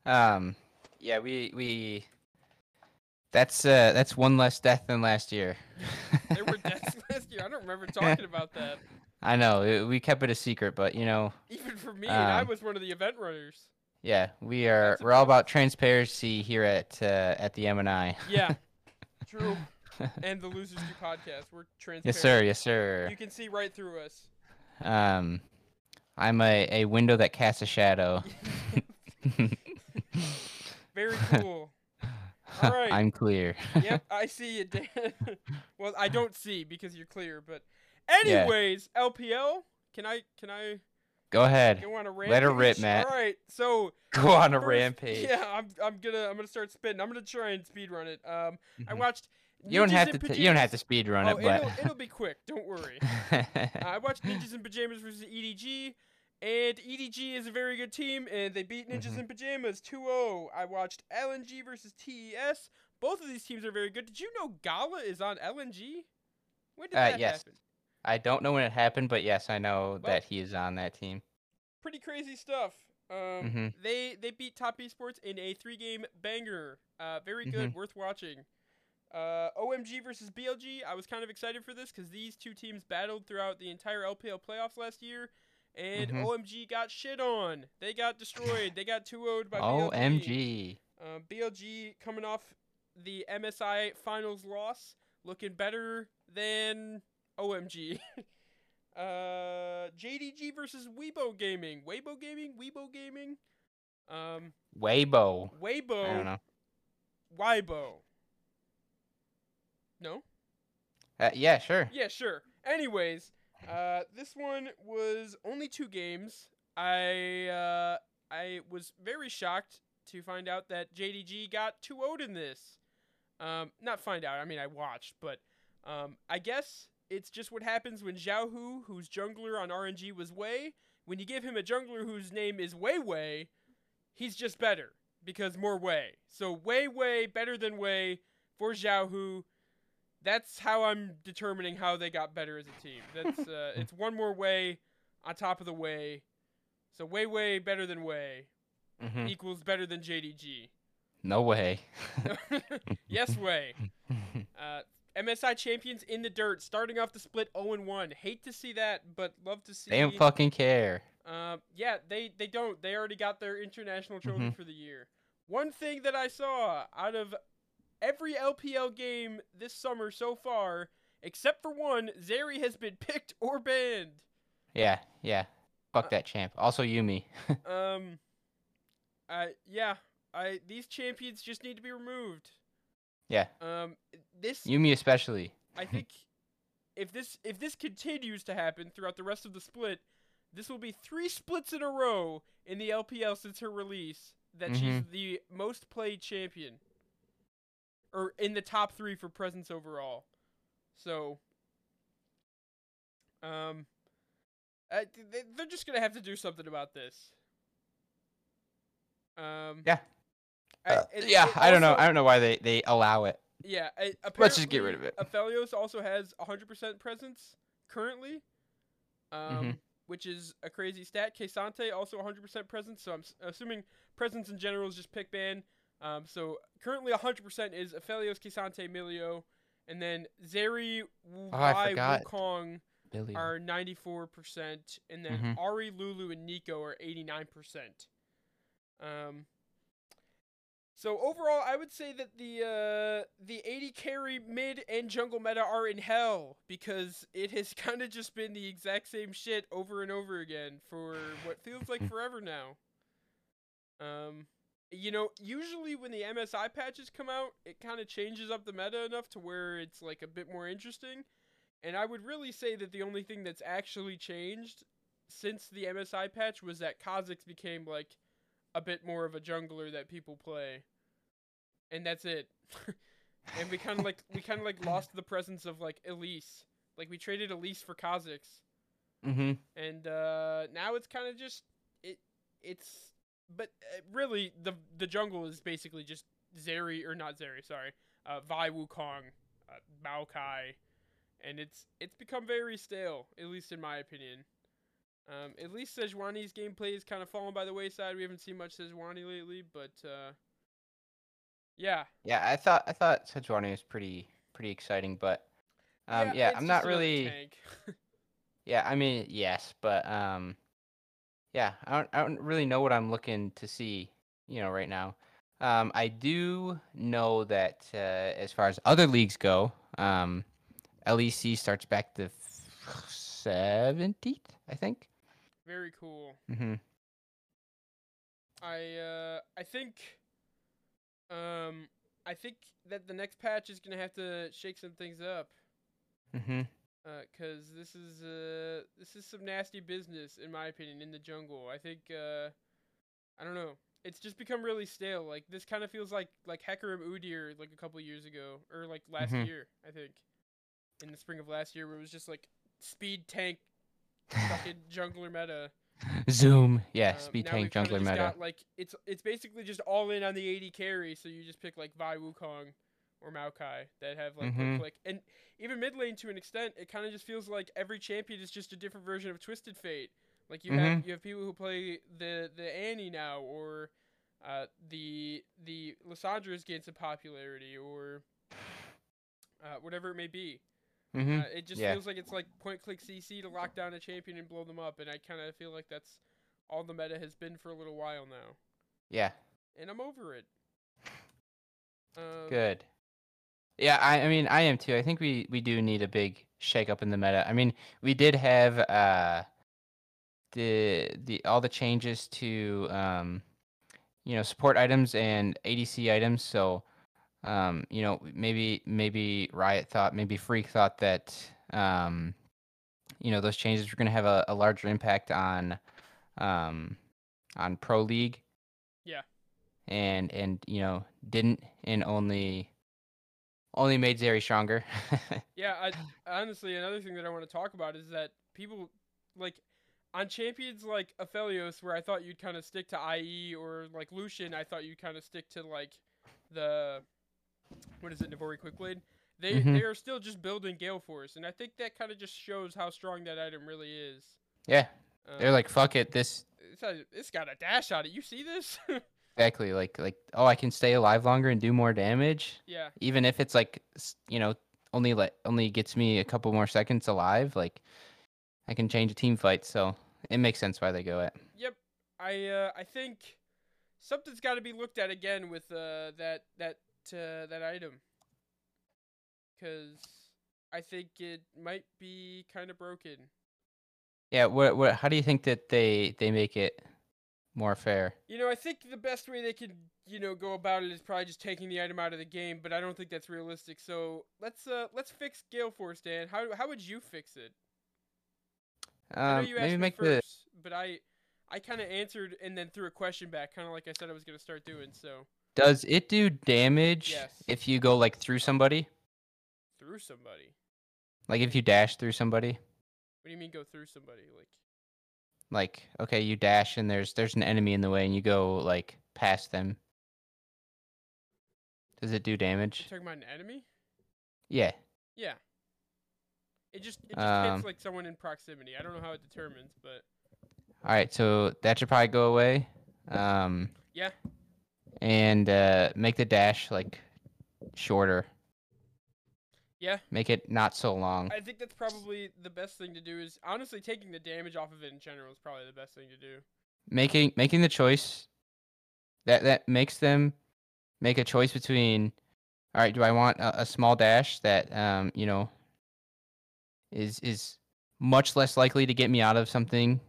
S2: Um, yeah, we we. That's uh, that's one less death than last year.
S1: There were deaths last year. I don't remember talking about that.
S2: I know it, we kept it a secret, but you know,
S1: Even for me, and I
S2: Um,
S1: was one of the event runners.
S2: yeah, we are
S1: That's
S2: we're all about transparency here at uh, at the M and I.
S1: Yeah. True. And the Losers Do podcast. We're transparent.
S2: Yes, sir. Yes, sir.
S1: You can see right through us.
S2: Um, I'm a, a window that casts a shadow.
S1: Very cool. All right.
S2: I'm clear.
S1: yep, I see you, Dan. well, I don't see because you're clear, but
S2: Yeah.
S1: anyways, LPL, can I can I
S2: Go ahead.
S1: go on a rampage?
S2: Let her rip, Matt.
S1: All right. So,
S2: Go on a
S1: first-
S2: rampage.
S1: Yeah, I'm I'm going to I'm going to start spinning. I'm going to try and speed run it. Um I
S2: Mhm.
S1: watched
S2: You don't
S1: Ninjas
S2: have
S1: in
S2: to. T- you don't have to
S1: Pajamas.
S2: speed run
S1: oh,
S2: it, but
S1: it'll, it'll be quick. Don't worry. Uh, I watched Ninjas in Pajamas versus EDG, and EDG is a very good team, and they beat Ninjas
S2: Mhm.
S1: in Pajamas 2 0. I watched LNG versus TES. Both of these teams are very good. Did you know Gala is on LNG? When did
S2: Uh,
S1: that
S2: yes.
S1: happen?
S2: I don't know when it happened. But yes, I know
S1: Well-
S2: that he is on that team.
S1: Pretty crazy stuff. Um,
S2: Mhm.
S1: they, they beat Top Esports in a three game banger. Uh, very good, worth watching. Uh, OMG versus BLG. I was kind of excited for this because these two teams battled throughout the entire LPL playoffs last year, and
S2: Mhm.
S1: OMG got shit on. They got destroyed. they got 2 0'd by BLG.
S2: Omg.
S1: Um, BLG coming off the MSI finals loss, looking better than OMG. uh, JDG versus Weibo Gaming. Weibo Gaming? Weibo Gaming? Um,
S2: Weibo. Oh, I don't
S1: Weibo.
S2: know.
S1: Weibo. No?
S2: Uh, yeah, sure.
S1: Yeah, sure. Anyways, uh, this one was only two games. I uh, I was very shocked to find out that JDG got 2 0 in this. Um, not find out, I mean, I watched, but um, I guess it's just what happens when Zhao Hu, whose jungler on RNG was Wei, when you give him a jungler whose name is Wei Wei, he's just better because more Wei. So Wei Wei better than Wei for Zhao Hu that's how I'm determining how they got better as a team. That's uh, it's one more way on top of the way. So way way better than way
S2: Mhm.
S1: equals better than JDG.
S2: No way.
S1: yes way. Uh, MSI champions in the dirt, starting off the split 0 and 1. Hate to see that, but love to see.
S2: They don't fucking care.
S1: Uh, yeah, they they don't. They already got their international trophy for the year. One thing that I saw out of every LPL game this summer so far, except for one, Zeri has been picked or banned.
S2: Yeah, yeah.
S1: Uh,
S2: Fuck that champ. Also Yumi.
S1: Um, I yeah, I these champions just need to be removed.
S2: Yeah.
S1: Um, this
S2: Yumi especially.
S1: I think if this if this continues to happen throughout the rest of the split, this will be three splits in a row in the LPL since her release that she's
S2: Mm-hmm.
S1: the most played champion, or in the top three for presence overall. So, um, I, th- they- they're just gonna have to do something about this. Um.
S2: Yeah.
S1: I-
S2: Uh,
S1: it-
S2: yeah,
S1: it
S2: I don't know.
S1: also-
S2: I don't know why they they allow it.
S1: Yeah, I, apparently,
S2: Let's just get rid of it.
S1: Aphelios also has 100% presence currently, um,
S2: Mm-hmm.
S1: which is a crazy stat. Kesante also 100% presence, so I'm s- assuming presence in general is just pick ban. Um, so currently 100% is Aphelios, Kesante, Milio, and then Zeri, Wu
S2: Oh, I
S1: Bai,
S2: forgot.
S1: Wukong
S2: Billy.
S1: are 94%, and then
S2: Mhm.
S1: Ari, Lulu, and Nico are 89%. Um, so overall, I would say that the uh, the 80 carry mid and jungle meta are in hell because it has kind of just been the exact same shit over and over again for what feels like forever now. Um, you know, usually when the MSI patches come out, it kind of changes up the meta enough to where it's like a bit more interesting. And I would really say that the only thing that's actually changed since the MSI patch was that Kha'Zix became like a bit more of a jungler that people play. And that's it. and we kind of like we kind of like lost the presence of like Elise. Like we traded Elise for Kha'Zix.
S2: Mm-hmm.
S1: And uh now it's kind of just it it's but uh, really the the jungle is basically just Zeri or not Zeri, sorry. Uh Vi Wukong, uh, Bao Kai and it's it's become very stale, at least in my opinion. Um, at least Sejuani's gameplay is kind of fallen by the wayside. We haven't seen much Sejuani lately, but uh, yeah,
S2: Yeah, I thought I thought Sejuani was pretty pretty exciting, but um, yeah,
S1: it's
S2: I'm not
S1: just another
S2: really.
S1: tank.
S2: Yeah, I mean yes, but um, yeah, I don't I don't really know what I'm looking to see, you know, right now. Um, I do know that uh, as far as other leagues go, um, LEC starts back the seventeenth, I think.
S1: very cool.
S2: hmm
S1: I uh, I think um I think that the next patch is gonna have to shake some things up.
S2: hmm
S1: Uh, cause this is uh this is some nasty business in my opinion in the jungle. I think uh, I don't know. It's just become really stale. Like this kind of feels like like Hecarim Udyr like a couple years ago or like last
S2: Mhm.
S1: year I think, in the spring of last year where it was just like speed tank fucking jungler meta.
S2: Zoom, yeah,
S1: Um,
S2: speed
S1: now
S2: tank
S1: we've kinda
S2: jungler
S1: just
S2: meta.
S1: Got, like it's it's basically just all in on the 80 carry, so you just pick like Vi Wukong or Maokai that have like
S2: Mhm.
S1: mm click, and even mid lane to an extent, it kind of just feels like every champion is just a different version of Twisted Fate. Like you have you have people who play the the Annie now, or uh, the the Lissandra's gained some popularity, or uh, whatever it may be.
S2: hmm
S1: Uh, it just
S2: Yeah.
S1: feels like it's like point click CC to lock down a champion and blow them up, and I kind of feel like that's all the meta has been for a little while now,
S2: Yeah,
S1: and I'm over it. Um,
S2: good. Yeah, I, I mean, I am too. I think we we do need a big shake up in the meta. I mean, we did have uh the the all the changes to um you know support items and ADC items. So um you know maybe maybe Riot thought maybe Freak thought that um you know those changes were gonna have a, a larger impact on um on pro league.
S1: Yeah.
S2: And and you know didn't and only only made Zeri stronger.
S1: Yeah, I, honestly, another thing that I want to talk about is that people like on champions like Aphelios, where I thought you'd kind of stick to IE, or like Lucian, I thought you'd kind of stick to like the what is it, Navori Quickblade. They
S2: Mhm.
S1: they are still just building Gale Force, and I think that kind of just shows how strong that item really is.
S2: yeah,
S1: Um,
S2: they're like fuck it. This
S1: it's, a- it's got a dash on it. You see this?
S2: exactly like like oh I can stay alive longer and do more damage
S1: yeah,
S2: even if it's like s- you know only let only gets me a couple more seconds alive, like I can change a team fight. So it makes sense why they go it.
S1: Yep. I uh, I think something's got to be looked at again with uh, that that uh, that item because I think it might be kind of broken.
S2: Yeah. What? What? How do you think that they they make it more fair?
S1: You know, I think the best way they could you know go about it is probably just taking the item out of the game, but I don't think that's realistic. So let's uh let's fix Gale Force, Dan. How how would you fix it? I
S2: Um,
S1: know you asked
S2: maybe
S1: me
S2: make the
S1: first, but I I kind of answered and then threw a question back, kind of like I said I was gonna start doing. So
S2: does it do damage
S1: Yes.
S2: if you go like through somebody?
S1: through somebody.
S2: Like if you dash through somebody?
S1: What do you mean go through somebody? Like
S2: Like okay, you dash and there's there's an enemy in the way and you go like past them. Does it do
S1: you
S2: damage?
S1: talking about an enemy?
S2: Yeah.
S1: Yeah. It just it just
S2: Um,
S1: hits like someone in proximity. I don't know how it determines, but
S2: All right, so that should probably go away. Um,
S1: Yeah.
S2: And uh, make the dash like shorter.
S1: Yeah.
S2: Make it not so long.
S1: I think that's probably the best thing to do. Is honestly taking the damage off of it in general is probably the best thing to do.
S2: Making making the choice that that makes them make a choice between. All right, do I want a, a small dash that um you know is is much less likely to get me out of something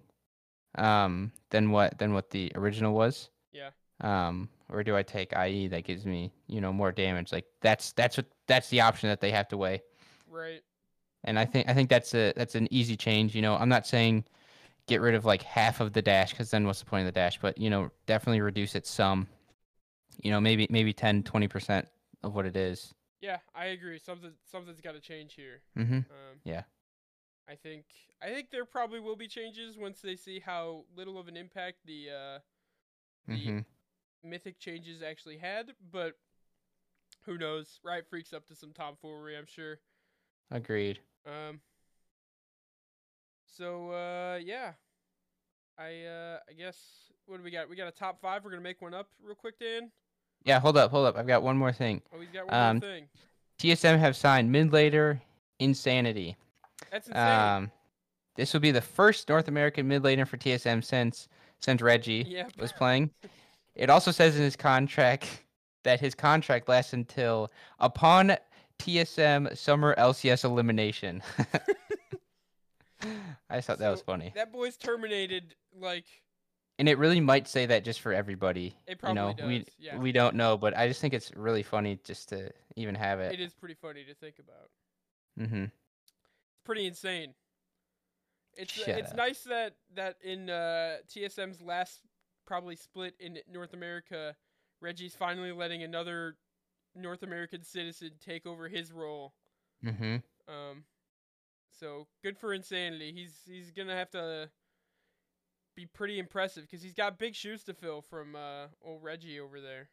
S2: um than what than what the original was?
S1: Yeah.
S2: um or do i take ie that gives me you know more damage like that's that's what that's the option that they have to weigh
S1: Right.
S2: and i think i think that's a that's an easy change you know i'm not saying get rid of like half of the dash because then what's the point of the dash but you know definitely reduce it some you know maybe maybe 10 20% of what it is
S1: Yeah, I agree. Something something's got to change here.
S2: mm-hmm.
S1: Um,
S2: Yeah.
S1: I think I think there probably will be changes once they see how little of an impact the uh,
S2: hmm
S1: mythic changes actually had. But who knows? Riot Freak's up to some tomfoolery, I'm sure.
S2: agreed
S1: Um. So uh, yeah, I uh, I guess what do we got? We got a top five. We're gonna make one up real quick, Dan.
S2: yeah hold up hold up i've got one more thing
S1: Oh, he's got one
S2: Um,
S1: more thing.
S2: tsm have signed mid later insanity
S1: That's insane.
S2: Um, this will be the first North American mid laner for TSM since since Reggie
S1: Yep.
S2: was playing. It also says in his contract that his contract lasts until upon TSM summer LCS elimination. I just thought that was
S1: So,
S2: funny,
S1: that boy's terminated like
S2: and it really might say that just for everybody.
S1: It
S2: you know,
S1: probably
S2: we
S1: does, yeah.
S2: we don't know, but I just think it's really funny just to even have it.
S1: it is pretty funny to think about.
S2: mm-hmm.
S1: It's pretty insane. It's uh,
S2: Shut
S1: it's
S2: up.
S1: nice that that in uh, TSM's last probably split in North America, Reggie's finally letting another North American citizen take over his role.
S2: Mm-hmm.
S1: Um, so good for insanity. He's he's gonna have to be pretty impressive because he's got big shoes to fill from uh, old Reggie over there,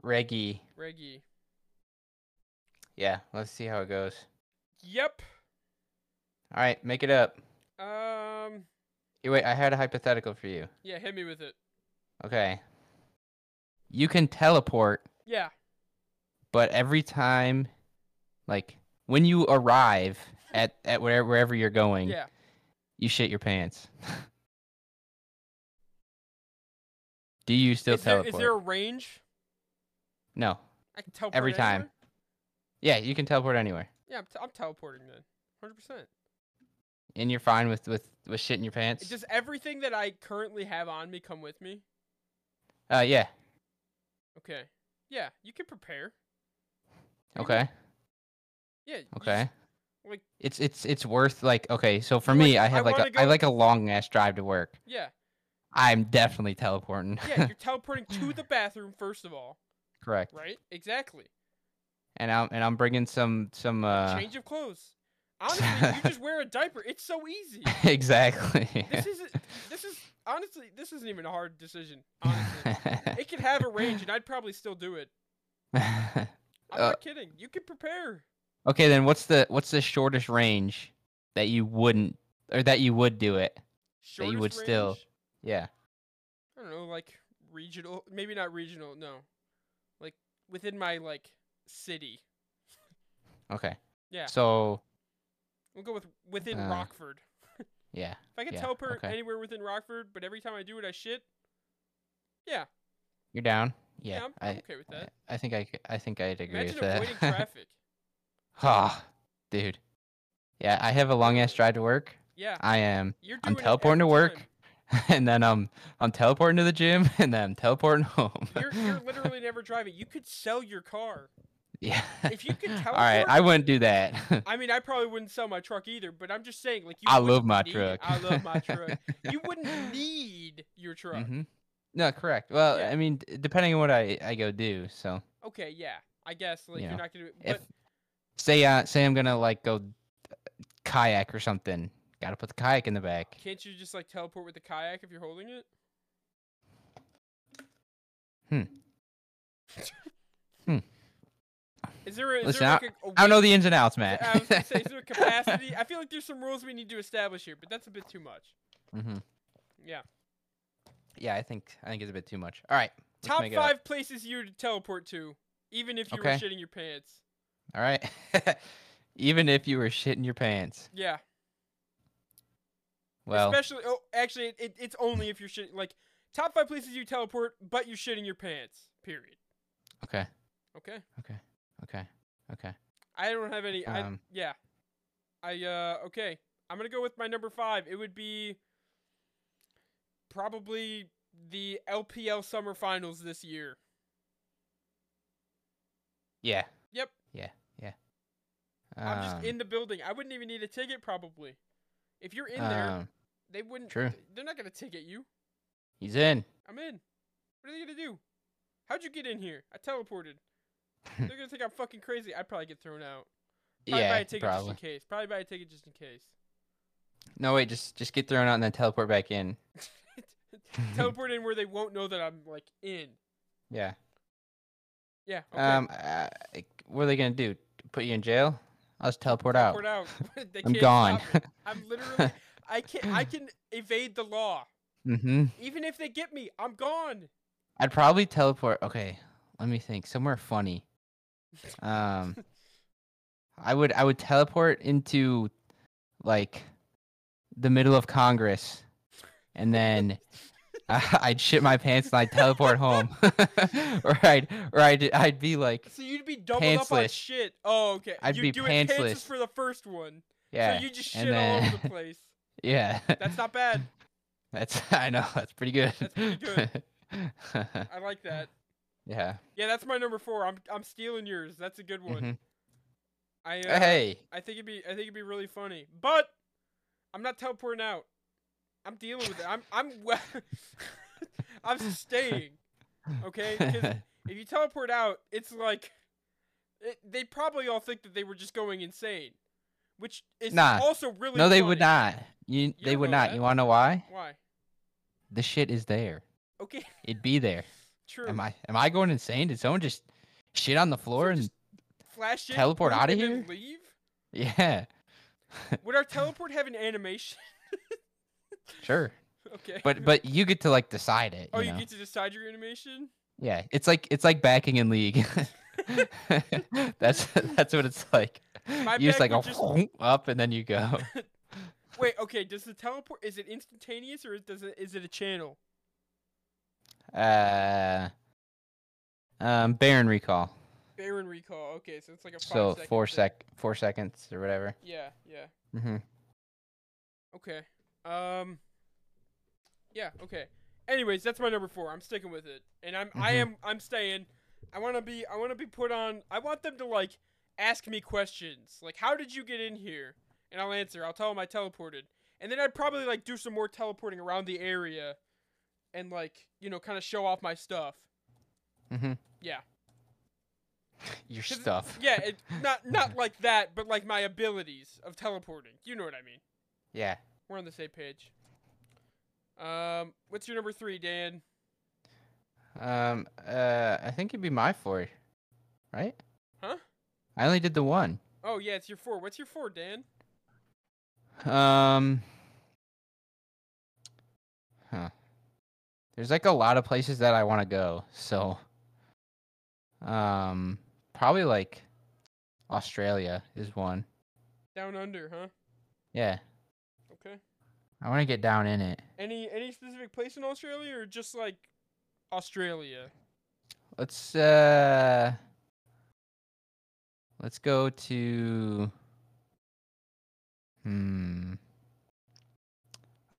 S2: Reggie.
S1: Reggie.
S2: Yeah, let's see how it goes.
S1: Yep.
S2: All right, make it up.
S1: Um.
S2: Hey, Wait, I had a hypothetical for you.
S1: Yeah. Hit me with it.
S2: Okay. You can teleport,
S1: Yeah.
S2: but every time, like when you arrive at at wherever wherever you're going,
S1: Yeah.
S2: you shit your pants. Do you still
S1: is, there,
S2: teleport?
S1: is there a range?
S2: No.
S1: I can teleport
S2: Every time.
S1: anywhere?
S2: Yeah, you can teleport anywhere,
S1: Yeah, I'm, t- I'm teleporting then. Hundred percent.
S2: and you're fine with with with shit in your pants.
S1: Does everything that I currently have on me come with me?
S2: Uh, yeah.
S1: Okay. Yeah, you can prepare. What do you mean?
S2: Okay.
S1: Yeah. you just-
S2: Okay.
S1: like-
S2: It's it's it's worth like okay. So for
S1: Like,
S2: me, I
S1: I
S2: have like a
S1: wanna
S2: I
S1: go-
S2: like a long ass drive to work.
S1: yeah.
S2: I'm definitely teleporting.
S1: Yeah. You're teleporting to the bathroom first of all,
S2: Correct.
S1: right? Exactly.
S2: and I'm and I'm bringing some some uh
S1: Change of clothes. Honestly, you just wear a diaper. It's so easy.
S2: exactly.
S1: This is this is honestly this isn't even a hard decision. Honestly, it could have a range, and I'd probably still do it. I'm
S2: Uh,
S1: not kidding. You can prepare.
S2: okay, then what's the what's the shortest range that you wouldn't or that you would do it?
S1: Shortest
S2: would still-
S1: range?
S2: Yeah.
S1: I don't know, like regional, maybe not regional, no. Like within my like city.
S2: Okay.
S1: Yeah.
S2: So
S1: We'll go with within
S2: Uh,
S1: Rockford.
S2: yeah,
S1: If I can
S2: yeah,
S1: teleport
S2: okay.
S1: anywhere within Rockford, but every time I do it, I shit. Yeah.
S2: you're down.
S1: Yeah,
S2: Yeah,
S1: I'm,
S2: I,
S1: I'm okay with that.
S2: I I think I c- I think I'd agree
S1: Imagine avoiding
S2: with that.
S1: traffic.
S2: Ah, dude. Yeah, I have a long ass drive to work.
S1: Yeah.
S2: I am.
S1: You're
S2: I'm
S1: doing it
S2: teleporting to
S1: every
S2: work,
S1: time.
S2: and then I'm I'm teleporting to the gym, and then I'm teleporting home.
S1: You're, you're literally never driving. You could sell your car.
S2: yeah.
S1: If you could
S2: All right,
S1: teleport-
S2: I wouldn't do that.
S1: I mean, I probably wouldn't sell my truck either, but I'm just saying, like, you
S2: I love
S1: wouldn't
S2: my
S1: need-
S2: truck.
S1: I love my truck. You wouldn't need your truck.
S2: hmm No, correct. Well,
S1: Yeah.
S2: I mean, d- depending on what I, I go do. So
S1: Okay, yeah. I guess like
S2: You
S1: you are
S2: know,
S1: not gonna. But
S2: if say uh, say I'm gonna like go uh, kayak or something, gotta put the kayak in the back.
S1: can't you just like teleport with the kayak if you're holding it?
S2: Hmm. Hmm.
S1: Is there, a, is
S2: Listen,
S1: there like a, a
S2: I don't know
S1: weight-
S2: the ins and outs,
S1: I
S2: Matt.
S1: was gonna say, is there a capacity? I feel like there's some rules we need to establish here, but that's a bit too much.
S2: hmm
S1: Yeah.
S2: Yeah, I think I think it's a bit too much. All right, let's
S1: Top
S2: make it up.
S1: five places you to teleport to, even if you were
S2: Okay.
S1: shitting your pants.
S2: All right, even if you were shitting your pants.
S1: Yeah.
S2: Well,
S1: Especially, oh, actually, it, it, it's only if you're shitting. Like, top five places you teleport, but you're shitting your pants. Period.
S2: okay,
S1: Okay.
S2: okay, okay.
S1: I don't have any. I,
S2: Um,
S1: yeah. I uh okay. I'm gonna go with my number five. It would be probably the LPL summer finals this year.
S2: Yeah.
S1: Yep.
S2: Yeah. Yeah.
S1: I'm just
S2: Um,
S1: in the building. I wouldn't even need a ticket probably. If you're in there,
S2: um,
S1: they wouldn't.
S2: true.
S1: th- They're not gonna ticket you.
S2: He's in.
S1: I'm in. What are they gonna do? How'd you get in here? I teleported. they're gonna think I'm fucking crazy. I'd probably get thrown out. Probably buy
S2: yeah,
S1: a ticket
S2: probably.
S1: just in case. Probably buy a ticket just in case.
S2: No, wait, just just get thrown out and then teleport back in.
S1: teleport in where they won't know that I'm like in.
S2: Mm-hmm. Yeah.
S1: Yeah.
S2: Um. Uh, what are they gonna do? Put you in jail? I'll just teleport,
S1: teleport
S2: out.
S1: out. They
S2: I'm
S1: can't
S2: gone.
S1: stop me. I'm literally. I can. I can evade the law.
S2: mm-hmm.
S1: Even if they get me, I'm gone.
S2: I'd probably teleport. Okay, let me think. Somewhere funny. Um. I would I would teleport into, like, the middle of Congress, and then. I- I'd shit my pants and I'd teleport home, or I'd or I'd I'd be like,
S1: So you'd be doubled up on
S2: Pantsless.
S1: shit. Oh, okay.
S2: I'd
S1: you
S2: be
S1: do it
S2: pantsless.
S1: pantsless for the first one.
S2: yeah,
S1: So you just
S2: and
S1: shit all over the
S2: then-
S1: place.
S2: yeah.
S1: That's not bad.
S2: That's I know that's pretty good.
S1: That's pretty good. I like that.
S2: yeah.
S1: Yeah, that's my number four. I'm I'm stealing yours. That's a good one.
S2: mhm.
S1: I uh,
S2: Hey,
S1: I think it'd be I think it'd be really funny. But I'm not teleporting out. I'm dealing with it. I'm I'm I'm staying. Okay? 'Cause if you teleport out, it's like it, they probably all think that they were just going insane, which is
S2: Nah.
S1: also really
S2: no, they would
S1: funny.
S2: not. You, they
S1: don't
S2: would
S1: know
S2: not.
S1: that.
S2: You want to know why?
S1: Why?
S2: The shit is there.
S1: Okay,
S2: It'd be there.
S1: true.
S2: Am I? Am I going insane? Did someone just shit on the floor and
S1: just Flash it,
S2: teleport
S1: boop,
S2: outta
S1: and then
S2: here?
S1: Leave?
S2: yeah,
S1: Would our teleport have an animation?
S2: sure.
S1: okay.
S2: But but you get to like decide it.
S1: oh,
S2: you
S1: you
S2: know?
S1: get to decide your animation.
S2: Yeah, it's like it's like backing in league. that's that's what it's like.
S1: My
S2: you just
S1: back
S2: like go
S1: would
S2: up and then you go.
S1: Wait, okay. Does the teleport is it instantaneous or is- does it is it a channel?
S2: Uh, um, Baron recall.
S1: Baron recall. Okay, so it's like a five
S2: So
S1: second
S2: four
S1: thing.
S2: sec, four seconds or whatever.
S1: Yeah, yeah.
S2: Mm-hmm.
S1: Okay. Um. Yeah. Okay. Anyways, that's my number four. I'm sticking with it, and I'm I
S2: Mhm.
S1: am I'm staying. I want to be I want to be put on. I want them to like ask me questions like how did you get in here, and I'll answer. I'll tell them I teleported, and then I'd probably like do some more teleporting around the area, and like you know kind of show off my stuff.
S2: Mm-hmm.
S1: Yeah.
S2: Your
S1: 'Cause it-
S2: stuff.
S1: Yeah, it, not not like that, but like my abilities of teleporting. You know what I mean.
S2: Yeah.
S1: We're on the same page. Um, what's your number three, Dan?
S2: Um. Uh. I think it'd be my four, right?
S1: Huh?
S2: I only did the one.
S1: Oh yeah, it's your four. What's your four, Dan?
S2: Um. Huh. There's like a lot of places that I want to go. So. Um. Probably like. Australia is one.
S1: Down under, huh?
S2: Yeah,
S1: Okay.
S2: I want to get down in it.
S1: Any any specific place in Australia or just like Australia?
S2: Let's uh Let's go to Hmm.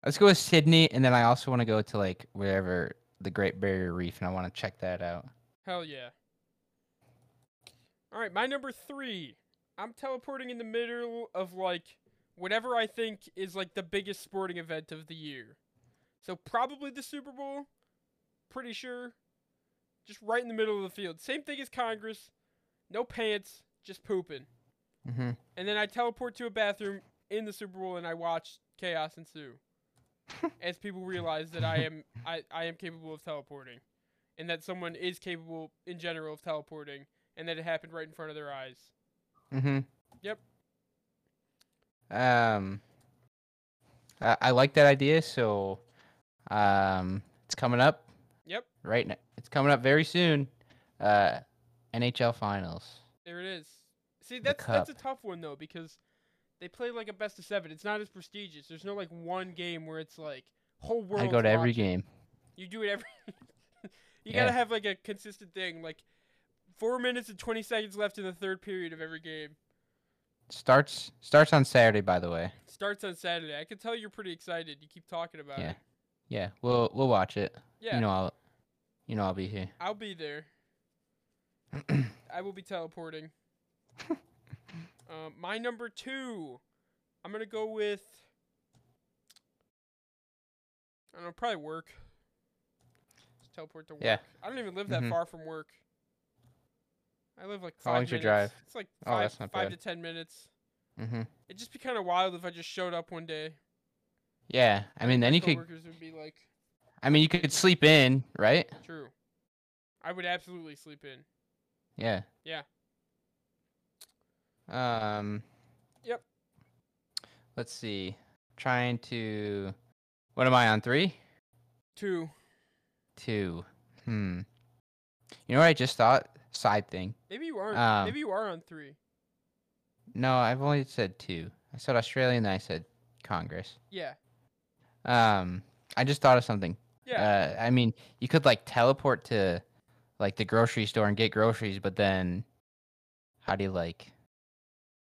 S2: Let's go with Sydney and then I also want to go to like wherever the Great Barrier Reef and I want to check that out.
S1: Hell yeah. All right, my number three. I'm teleporting in the middle of like whatever I think is like the biggest sporting event of the year. So probably the Super Bowl. Pretty sure. Just right in the middle of the field. Same thing as Congress. No pants, just pooping.
S2: Mm-hmm.
S1: And then I teleport to a bathroom in the Super Bowl and I watch chaos ensue. as people realize that I am I, I am capable of teleporting. And that someone is capable in general of teleporting and that it happened right in front of their eyes.
S2: Mm-hmm.
S1: Yep.
S2: Um I, I like that idea, so um it's coming up.
S1: Yep.
S2: Right now it's coming up very soon. Uh NHL finals.
S1: There it is. See, that's that's a
S2: cup.
S1: tough one though because they play like a best of seven. It's not as prestigious. There's no like one game where it's like whole world.
S2: I go to every game.
S1: You do it every. you
S2: Yeah.
S1: gotta have like a consistent thing. Like four minutes and twenty seconds left in the third period of every game.
S2: Starts starts on Saturday, by the way.
S1: Starts on Saturday. I can tell you're pretty excited. You keep talking about
S2: Yeah.
S1: it.
S2: Yeah, we'll we'll watch it.
S1: Yeah,
S2: You know I'll you know I'll be here.
S1: I'll be there. I will be teleporting. um, my number two, I'm gonna go with. I don't know, probably work. Just teleport to work.
S2: Yeah.
S1: I don't even live that
S2: Mhm.
S1: far from work. I live like
S2: How
S1: five minutes.
S2: long's your drive?
S1: It's like
S2: Oh,
S1: five,
S2: that's not
S1: five to
S2: bad.
S1: ten minutes.
S2: hmm
S1: It'd just be kind of wild if I just showed up one day.
S2: Yeah, I mean then you could.
S1: Coworkers would be like,
S2: I mean you could sleep in, right?
S1: "True." I would absolutely sleep in.
S2: Yeah.
S1: Yeah.
S2: Um.
S1: Yep.
S2: Let's see. Trying to. What am I on three?
S1: Two.
S2: Two. Hmm. You know what I just thought? Side thing.
S1: Maybe you aren't.
S2: Um,
S1: maybe you are on three.
S2: No, I've only said two. I said Australia and then I said Congress.
S1: Yeah.
S2: Um. I just thought of something.
S1: Yeah.
S2: Uh, I mean, you could like teleport to like the grocery store and get groceries, but then how do you like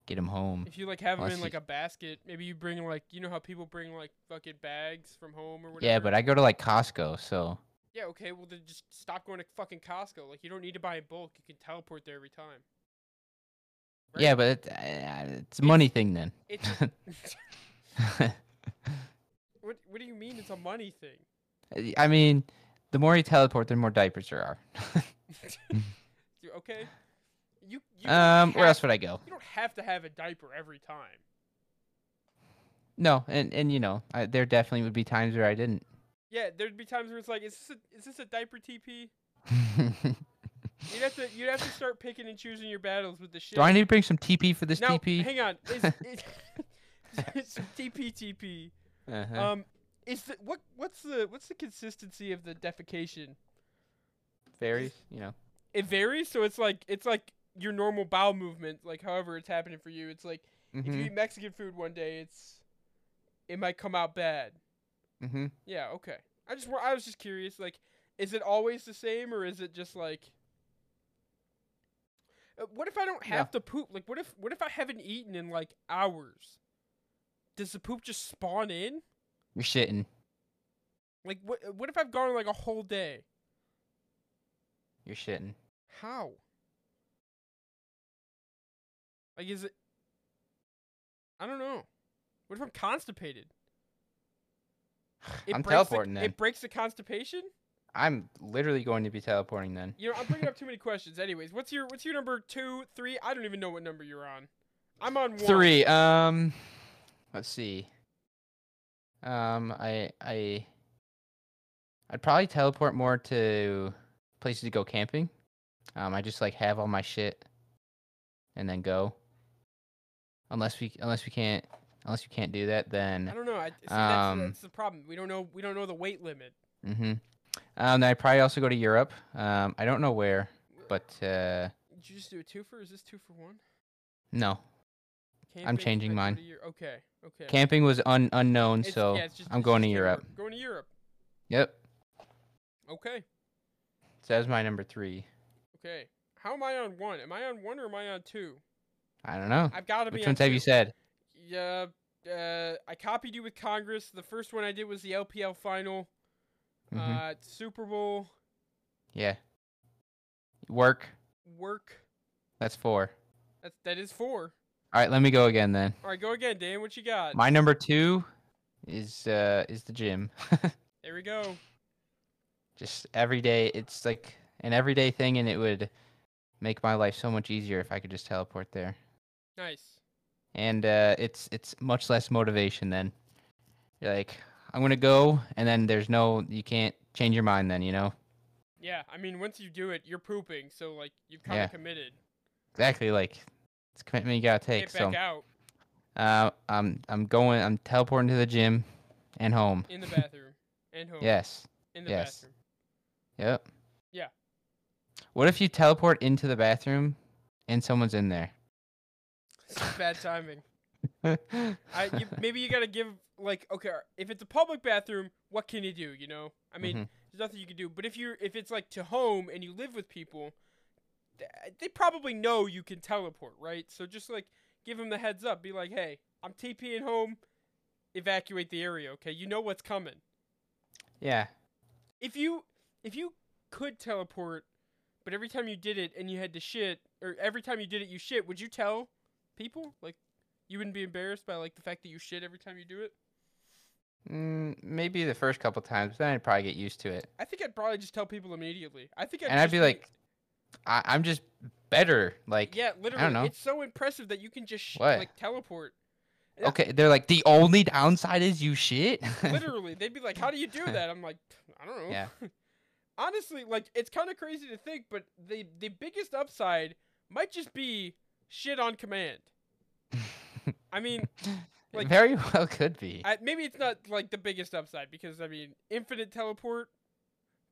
S2: get them home?
S1: If you like have them in
S2: Unless
S1: like
S2: you-
S1: a basket, maybe you bring like you know how people bring like fucking bags from home or whatever.
S2: Yeah, but I go to like Costco, so
S1: yeah, okay. Well, then just stop going to fucking Costco. Like you don't need to buy in bulk. You can teleport there every time. Right?
S2: yeah, but it, uh, it's a money thing then.
S1: It's what? What do you mean? It's a money thing.
S2: I mean, the more you teleport, the more diapers there are.
S1: You- okay. You. you don't
S2: Um, where
S1: have-
S2: else would I go?
S1: You don't have to have a diaper every time.
S2: No, and and you know, I, there definitely would be times where I didn't.
S1: Yeah, there'd be times where it's like, is this a, is this a diaper TP? You'd have to you'd have to start picking and choosing your battles with the shit.
S2: Do I need to bring some TP for this
S1: now,
S2: TP?
S1: hang on. Is, is, it's TP TP.
S2: Uh-huh.
S1: Um, is the, what what's the what's the consistency of the defecation?
S2: Fairies, you know.
S1: It varies, so it's like it's like your normal bowel movement, like however it's happening for you. It's like if you
S2: Mm-hmm.
S1: eat Mexican food one day, it's it might come out bad.
S2: mm-hmm.
S1: Yeah, okay. I just wa- I was just curious, like, is it always the same or is it just like? Uh, What if I don't
S2: Yeah.
S1: have to poop? Like, what if what if I haven't eaten in like hours? Does the poop just spawn in?
S2: You're shitting.
S1: Like, what uh, what if I've gone like a whole day?
S2: You're shitting.
S1: How? Like, is it? I don't know. What if I'm constipated? It
S2: I'm
S1: breaks the-
S2: teleporting then.
S1: It breaks the constipation.
S2: I'm literally going to be teleporting then.
S1: You know, I'm bringing up too many questions. Anyways, what's your what's your number two, three? I don't even know what number you're on. I'm on one.
S2: Three. Um, let's see. Um, I I I'd probably teleport more to places to go camping. Um, I just like have all my shit and then go. Unless we unless we can't unless you can't do that,
S1: I
S2: then
S1: don't know. I, see,
S2: Um,
S1: that's, that's the problem. We don't know. We don't know the weight limit.
S2: mm-hmm. Um, then I'd probably also go to Europe. Um, I don't know where, but uh,
S1: Did you just do a two for? Is this two for one?
S2: No,
S1: Camping's
S2: changing
S1: been
S2: mine.
S1: good a year- Okay. Okay.
S2: camping was un- unknown,
S1: It's-
S2: so
S1: yeah, it's just-
S2: I'm
S1: it's
S2: going to
S1: just
S2: Europe.
S1: Going to Europe.
S2: Yep.
S1: Okay.
S2: So that's my number three.
S1: Okay. How am I on one? Am I on one or am I on two?
S2: I don't know.
S1: I've got to be.
S2: Which
S1: on
S2: ones have you
S1: two.
S2: said?
S1: Yeah, uh, I copied you with Congress. The first one I did was the LPL final.
S2: Mhm.
S1: Uh, Super Bowl
S2: yeah. Work.
S1: work.
S2: That's four.
S1: That's that is four.
S2: All right, let me go again then.
S1: All right, go again, Dan. What you got?
S2: My number two is uh is the gym.
S1: there we go.
S2: Just every day, it's like an everyday thing, and it would make my life so much easier if I could just teleport there.
S1: Nice.
S2: and uh, it's it's much less motivation then. You're like, I'm gonna go, and then there's no, you can't change your mind then, you know.
S1: Yeah, I mean, once you do it, you're pooping, so like you've kind
S2: Yeah.
S1: of committed.
S2: Exactly, like it's a commitment you gotta take.
S1: Get back
S2: So,
S1: out
S2: uh, I'm I'm going, I'm teleporting to the gym, and home.
S1: in the bathroom and home.
S2: Yes.
S1: In the
S2: yes.
S1: bathroom.
S2: Yep.
S1: Yeah.
S2: What if you teleport into the bathroom, and someone's in there?
S1: It's bad timing. I you, maybe you gotta give like okay, if it's a public bathroom, what can you do? You know, I mean,
S2: Mhm.
S1: there's nothing you can do. But if you're if it's like to home and you live with people, th- they probably know you can teleport, right? So just like give them the heads up. Be like, hey, I'm TPing home. Evacuate the area, okay? You know what's coming.
S2: yeah.
S1: If you if you could teleport, but every time you did it and you had to shit, or every time you did it you shit, would you tell people? Like, you wouldn't be embarrassed by like the fact that you shit every time you do it.
S2: Mm, maybe the first couple times, but then I'd probably get used to it.
S1: I think I'd probably just tell people immediately. I think I'd
S2: and I'd
S1: just
S2: be like, I, I'm just better. Like,
S1: yeah, literally,
S2: know.
S1: it's so impressive that you can just sh-
S2: What?
S1: like teleport. yeah.
S2: okay, they're like, the only downside is you shit.
S1: Literally, they'd be like, "How do you do that?" I'm like, "I don't know."
S2: Yeah.
S1: Honestly, like it's kind of crazy to think, but the the biggest upside might just be shit on command. I mean, like-
S2: Very well could be.
S1: I, maybe it's not like the biggest upside because I mean, infinite teleport,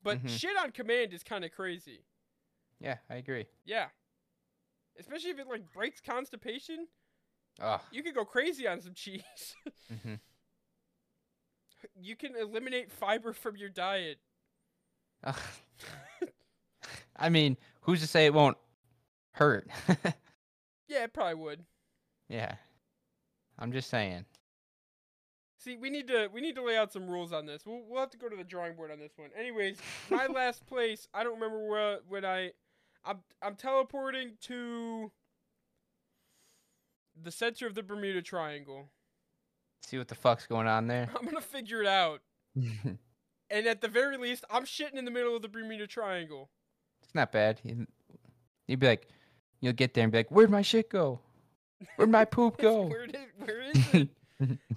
S1: but
S2: Mhm.
S1: shit on command is kind of crazy.
S2: yeah, I agree.
S1: Yeah. Especially if it like breaks constipation,
S2: Oh,
S1: you could go crazy on some cheese.
S2: hmm
S1: you can eliminate fiber from your diet.
S2: I mean, who's to say it won't hurt?
S1: Yeah, it probably would.
S2: yeah, I'm just saying.
S1: See, we need to we need to lay out some rules on this. We'll we'll have to go to the drawing board on this one. Anyways, my last place, I don't remember where when I I'm I'm teleporting to the center of the Bermuda Triangle.
S2: See what the fuck's going on there.
S1: I'm going to figure it out.
S2: it's
S1: And at the very least, I'm shitting in the middle of the Bermuda Triangle.
S2: not bad. You'd you'd be like, you'll get there and be like, where'd my shit go? Where'd my poop go?
S1: where, it is, where is it?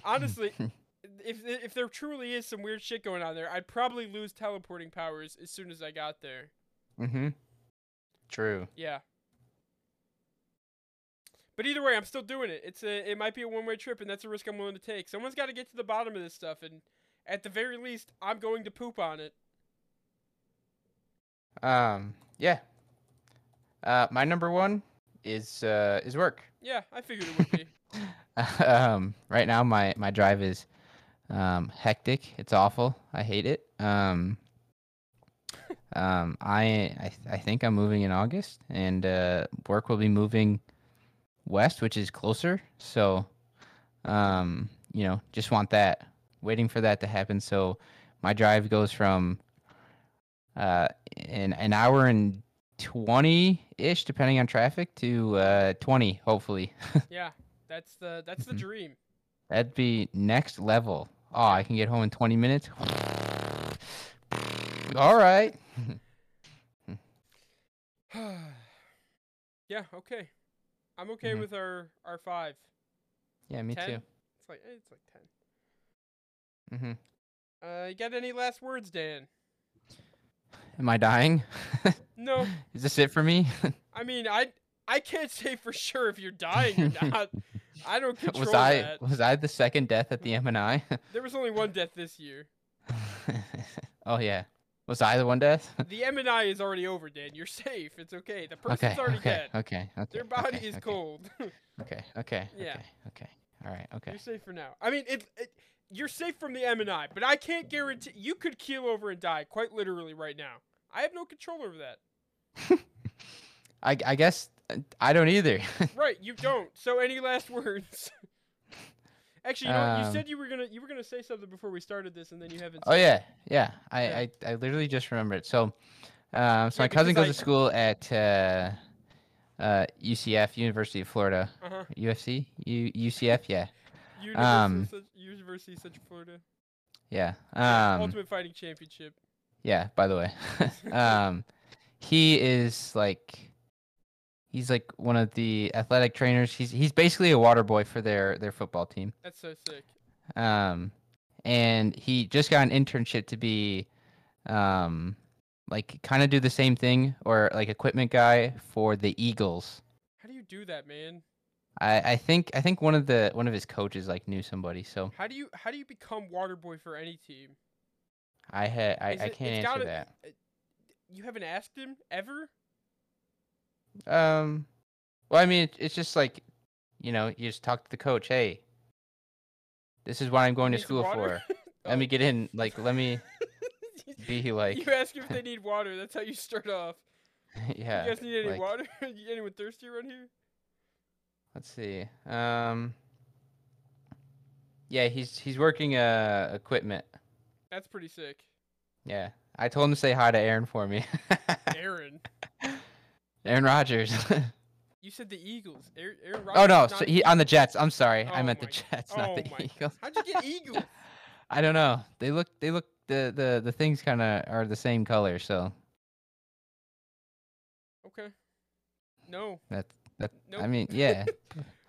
S1: Honestly, if if there truly is some weird shit going on there, I'd probably lose teleporting powers as soon as I got there.
S2: mm-hmm. True.
S1: Yeah. But either way, I'm still doing it. It's a it might be a one way trip, and that's a risk I'm willing to take. Someone's got to get to the bottom of this stuff, and at the very least, I'm going to poop on it.
S2: Um, yeah. Uh, my number one is uh, is work.
S1: Yeah, I figured it would be.
S2: um, right now my my drive is um, hectic. It's awful. I hate it. Um, um, I I th- I think I'm moving in August, and uh, work will be moving west, which is closer. So, um, you know, just want that. Waiting for that to happen. So, my drive goes from uh, an an hour and twenty ish, depending on traffic, to uh, twenty, hopefully.
S1: yeah, that's the that's the
S2: Mhm.
S1: dream.
S2: That'd be next level. Oh, I can get home in 20 minutes. All right.
S1: yeah. Okay. I'm okay
S2: Mhm.
S1: with our our five.
S2: Yeah, me
S1: 10? It's like eh, it's like ten.
S2: too. hmm
S1: Uh, you got any last words, Dan?
S2: Am I dying?
S1: No,
S2: Is this it for me?
S1: I mean I I can't say for sure if you're dying or not. I don't control
S2: was I
S1: that.
S2: was I the second death at the M and I?
S1: There was only one death this year.
S2: oh yeah, Was I the one death?
S1: The M and I is already over, Dan. You're safe. It's okay. The person's
S2: okay,
S1: already
S2: okay,
S1: dead.
S2: okay, okay.
S1: Their body
S2: okay,
S1: is
S2: okay,
S1: cold.
S2: Okay, okay,
S1: Yeah.
S2: okay, okay. All right, okay.
S1: You're safe for now. I mean, it, it. You're safe from the M and I, but I can't guarantee you could keel over and die quite literally right now. I have no control over that.
S2: I, I guess uh, I don't either.
S1: Right, you don't. So any last words? Actually, you, know what? you
S2: Um,
S1: said you were gonna you were gonna say something before we started this, and then you haven't.
S2: oh
S1: said it.
S2: yeah, yeah. I,
S1: Yeah.
S2: I, I literally just remembered. So, um, so my
S1: because
S2: cousin goes
S1: I-
S2: to school at uh, uh, UCF, University of Florida,
S1: Uh-huh.
S2: UFC, U, UCF. Yeah,
S1: University,
S2: Um,
S1: of, Cent- University of Central Florida.
S2: yeah.
S1: Yeah,
S2: Um,
S1: Ultimate Fighting Championship.
S2: yeah. By the way, um, he is like, he's like one of the athletic trainers. He's he's basically a water boy for their their football team.
S1: That's so sick.
S2: um, and he just got an internship to be um, like kind of do the same thing or like equipment guy for the Eagles.
S1: How do you do that, man?
S2: I, I think I think one of the one of his coaches like knew somebody, so
S1: How do you how do you become water boy for any team?
S2: I had I,
S1: Is
S2: I
S1: it-
S2: can't
S1: it's gotta-
S2: answer that.
S1: uh, You haven't asked him ever.
S2: Um, well, I mean it, it's just like you know you just talk to the coach. Hey, this is what I'm going to
S1: Need some
S2: school
S1: water?
S2: for. Let me get in. Like let me be like
S1: Oh. you ask him if they need water. That's how you start off.
S2: yeah.
S1: you guys need any
S2: like-
S1: water? Anyone thirsty around here?
S2: Let's see. Um, yeah, he's he's working uh equipment.
S1: That's pretty sick.
S2: Yeah, I told him to say hi to Aaron for me.
S1: Aaron,
S2: Aaron Rodgers.
S1: you said the Eagles. Aaron, Aaron
S2: oh
S1: Rodgers
S2: no,
S1: is
S2: so
S1: not-
S2: he on the Jets. I'm sorry, I
S1: Oh
S2: meant the
S1: my-
S2: Jets, not
S1: oh
S2: the
S1: my God.
S2: Eagles.
S1: How'd you get Eagles?
S2: I don't know. They look they look the the the things kind of are the same color, so
S1: Okay. No,
S2: that that
S1: Nope.
S2: I mean yeah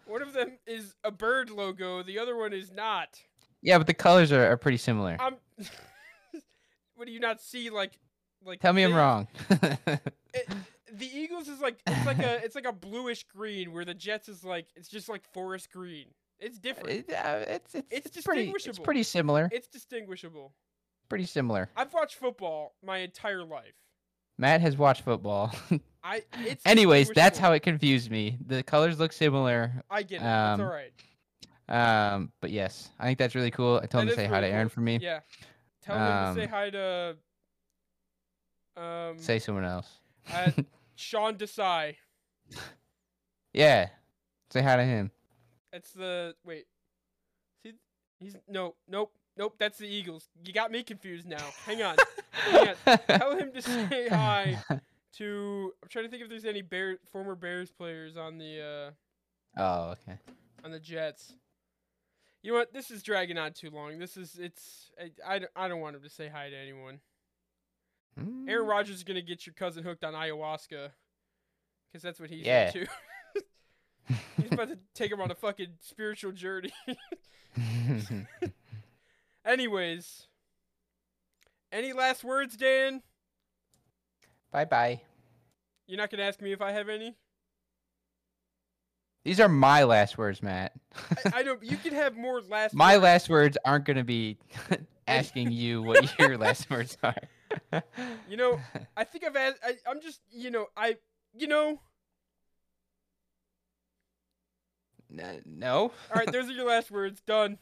S1: one of them is a bird logo. The other one is not.
S2: yeah, but the colors are, are pretty similar.
S1: I'm. what do you not see? Like, like.
S2: Tell me I'm
S1: they-
S2: wrong.
S1: it- the Eagles is like it's like a it's like a bluish green, where the Jets is like it's just like forest green. It's different.
S2: It- uh, it's, it's
S1: It's
S2: it's pretty it's
S1: distinguishable.
S2: pretty similar.
S1: it's distinguishable.
S2: pretty similar.
S1: I've watched football my entire life.
S2: Matt has watched football.
S1: I. It's
S2: Anyways, that's
S1: distinguishable.
S2: how it confused me. The colors look similar.
S1: I get it. it's
S2: um,
S1: all right.
S2: Um, but yes, I think that's really cool. I told him
S1: That
S2: to
S1: is
S2: say hi to
S1: really
S2: Aaron
S1: cool.
S2: for me.
S1: Yeah. Tell him to say
S2: Um,
S1: hi to. Um.
S2: Say someone else.
S1: uh, Sean Desai.
S2: Yeah. Say hi to him.
S1: That's the wait. See, he's no, nope, nope. That's the Eagles. You got me confused now. Hang on. Yeah, Tell him to say hi to. I'm trying to think if there's any bear former Bears players on the
S2: Oh, okay.
S1: uh, on the Jets. You know what? This is dragging on too long. This is it's. I, I, don't- I don't want him to say hi to anyone. Aaron
S2: Mm,
S1: Rodgers is gonna get your cousin hooked on ayahuasca, because that's what he's
S2: Yeah.
S1: into. he's about to take him on a fucking spiritual journey.
S2: Mm.
S1: Anyways, any last words, Dan?
S2: bye bye.
S1: You're not gonna ask me if I have any.
S2: These are my last words, Matt.
S1: I, I don't. You can have more last.
S2: my
S1: words.
S2: last words aren't going to be asking you what your last words are.
S1: You know, I think I've asked. I, I'm just. You know. I. You know.
S2: N- no.
S1: All right. Those are your last words. Done.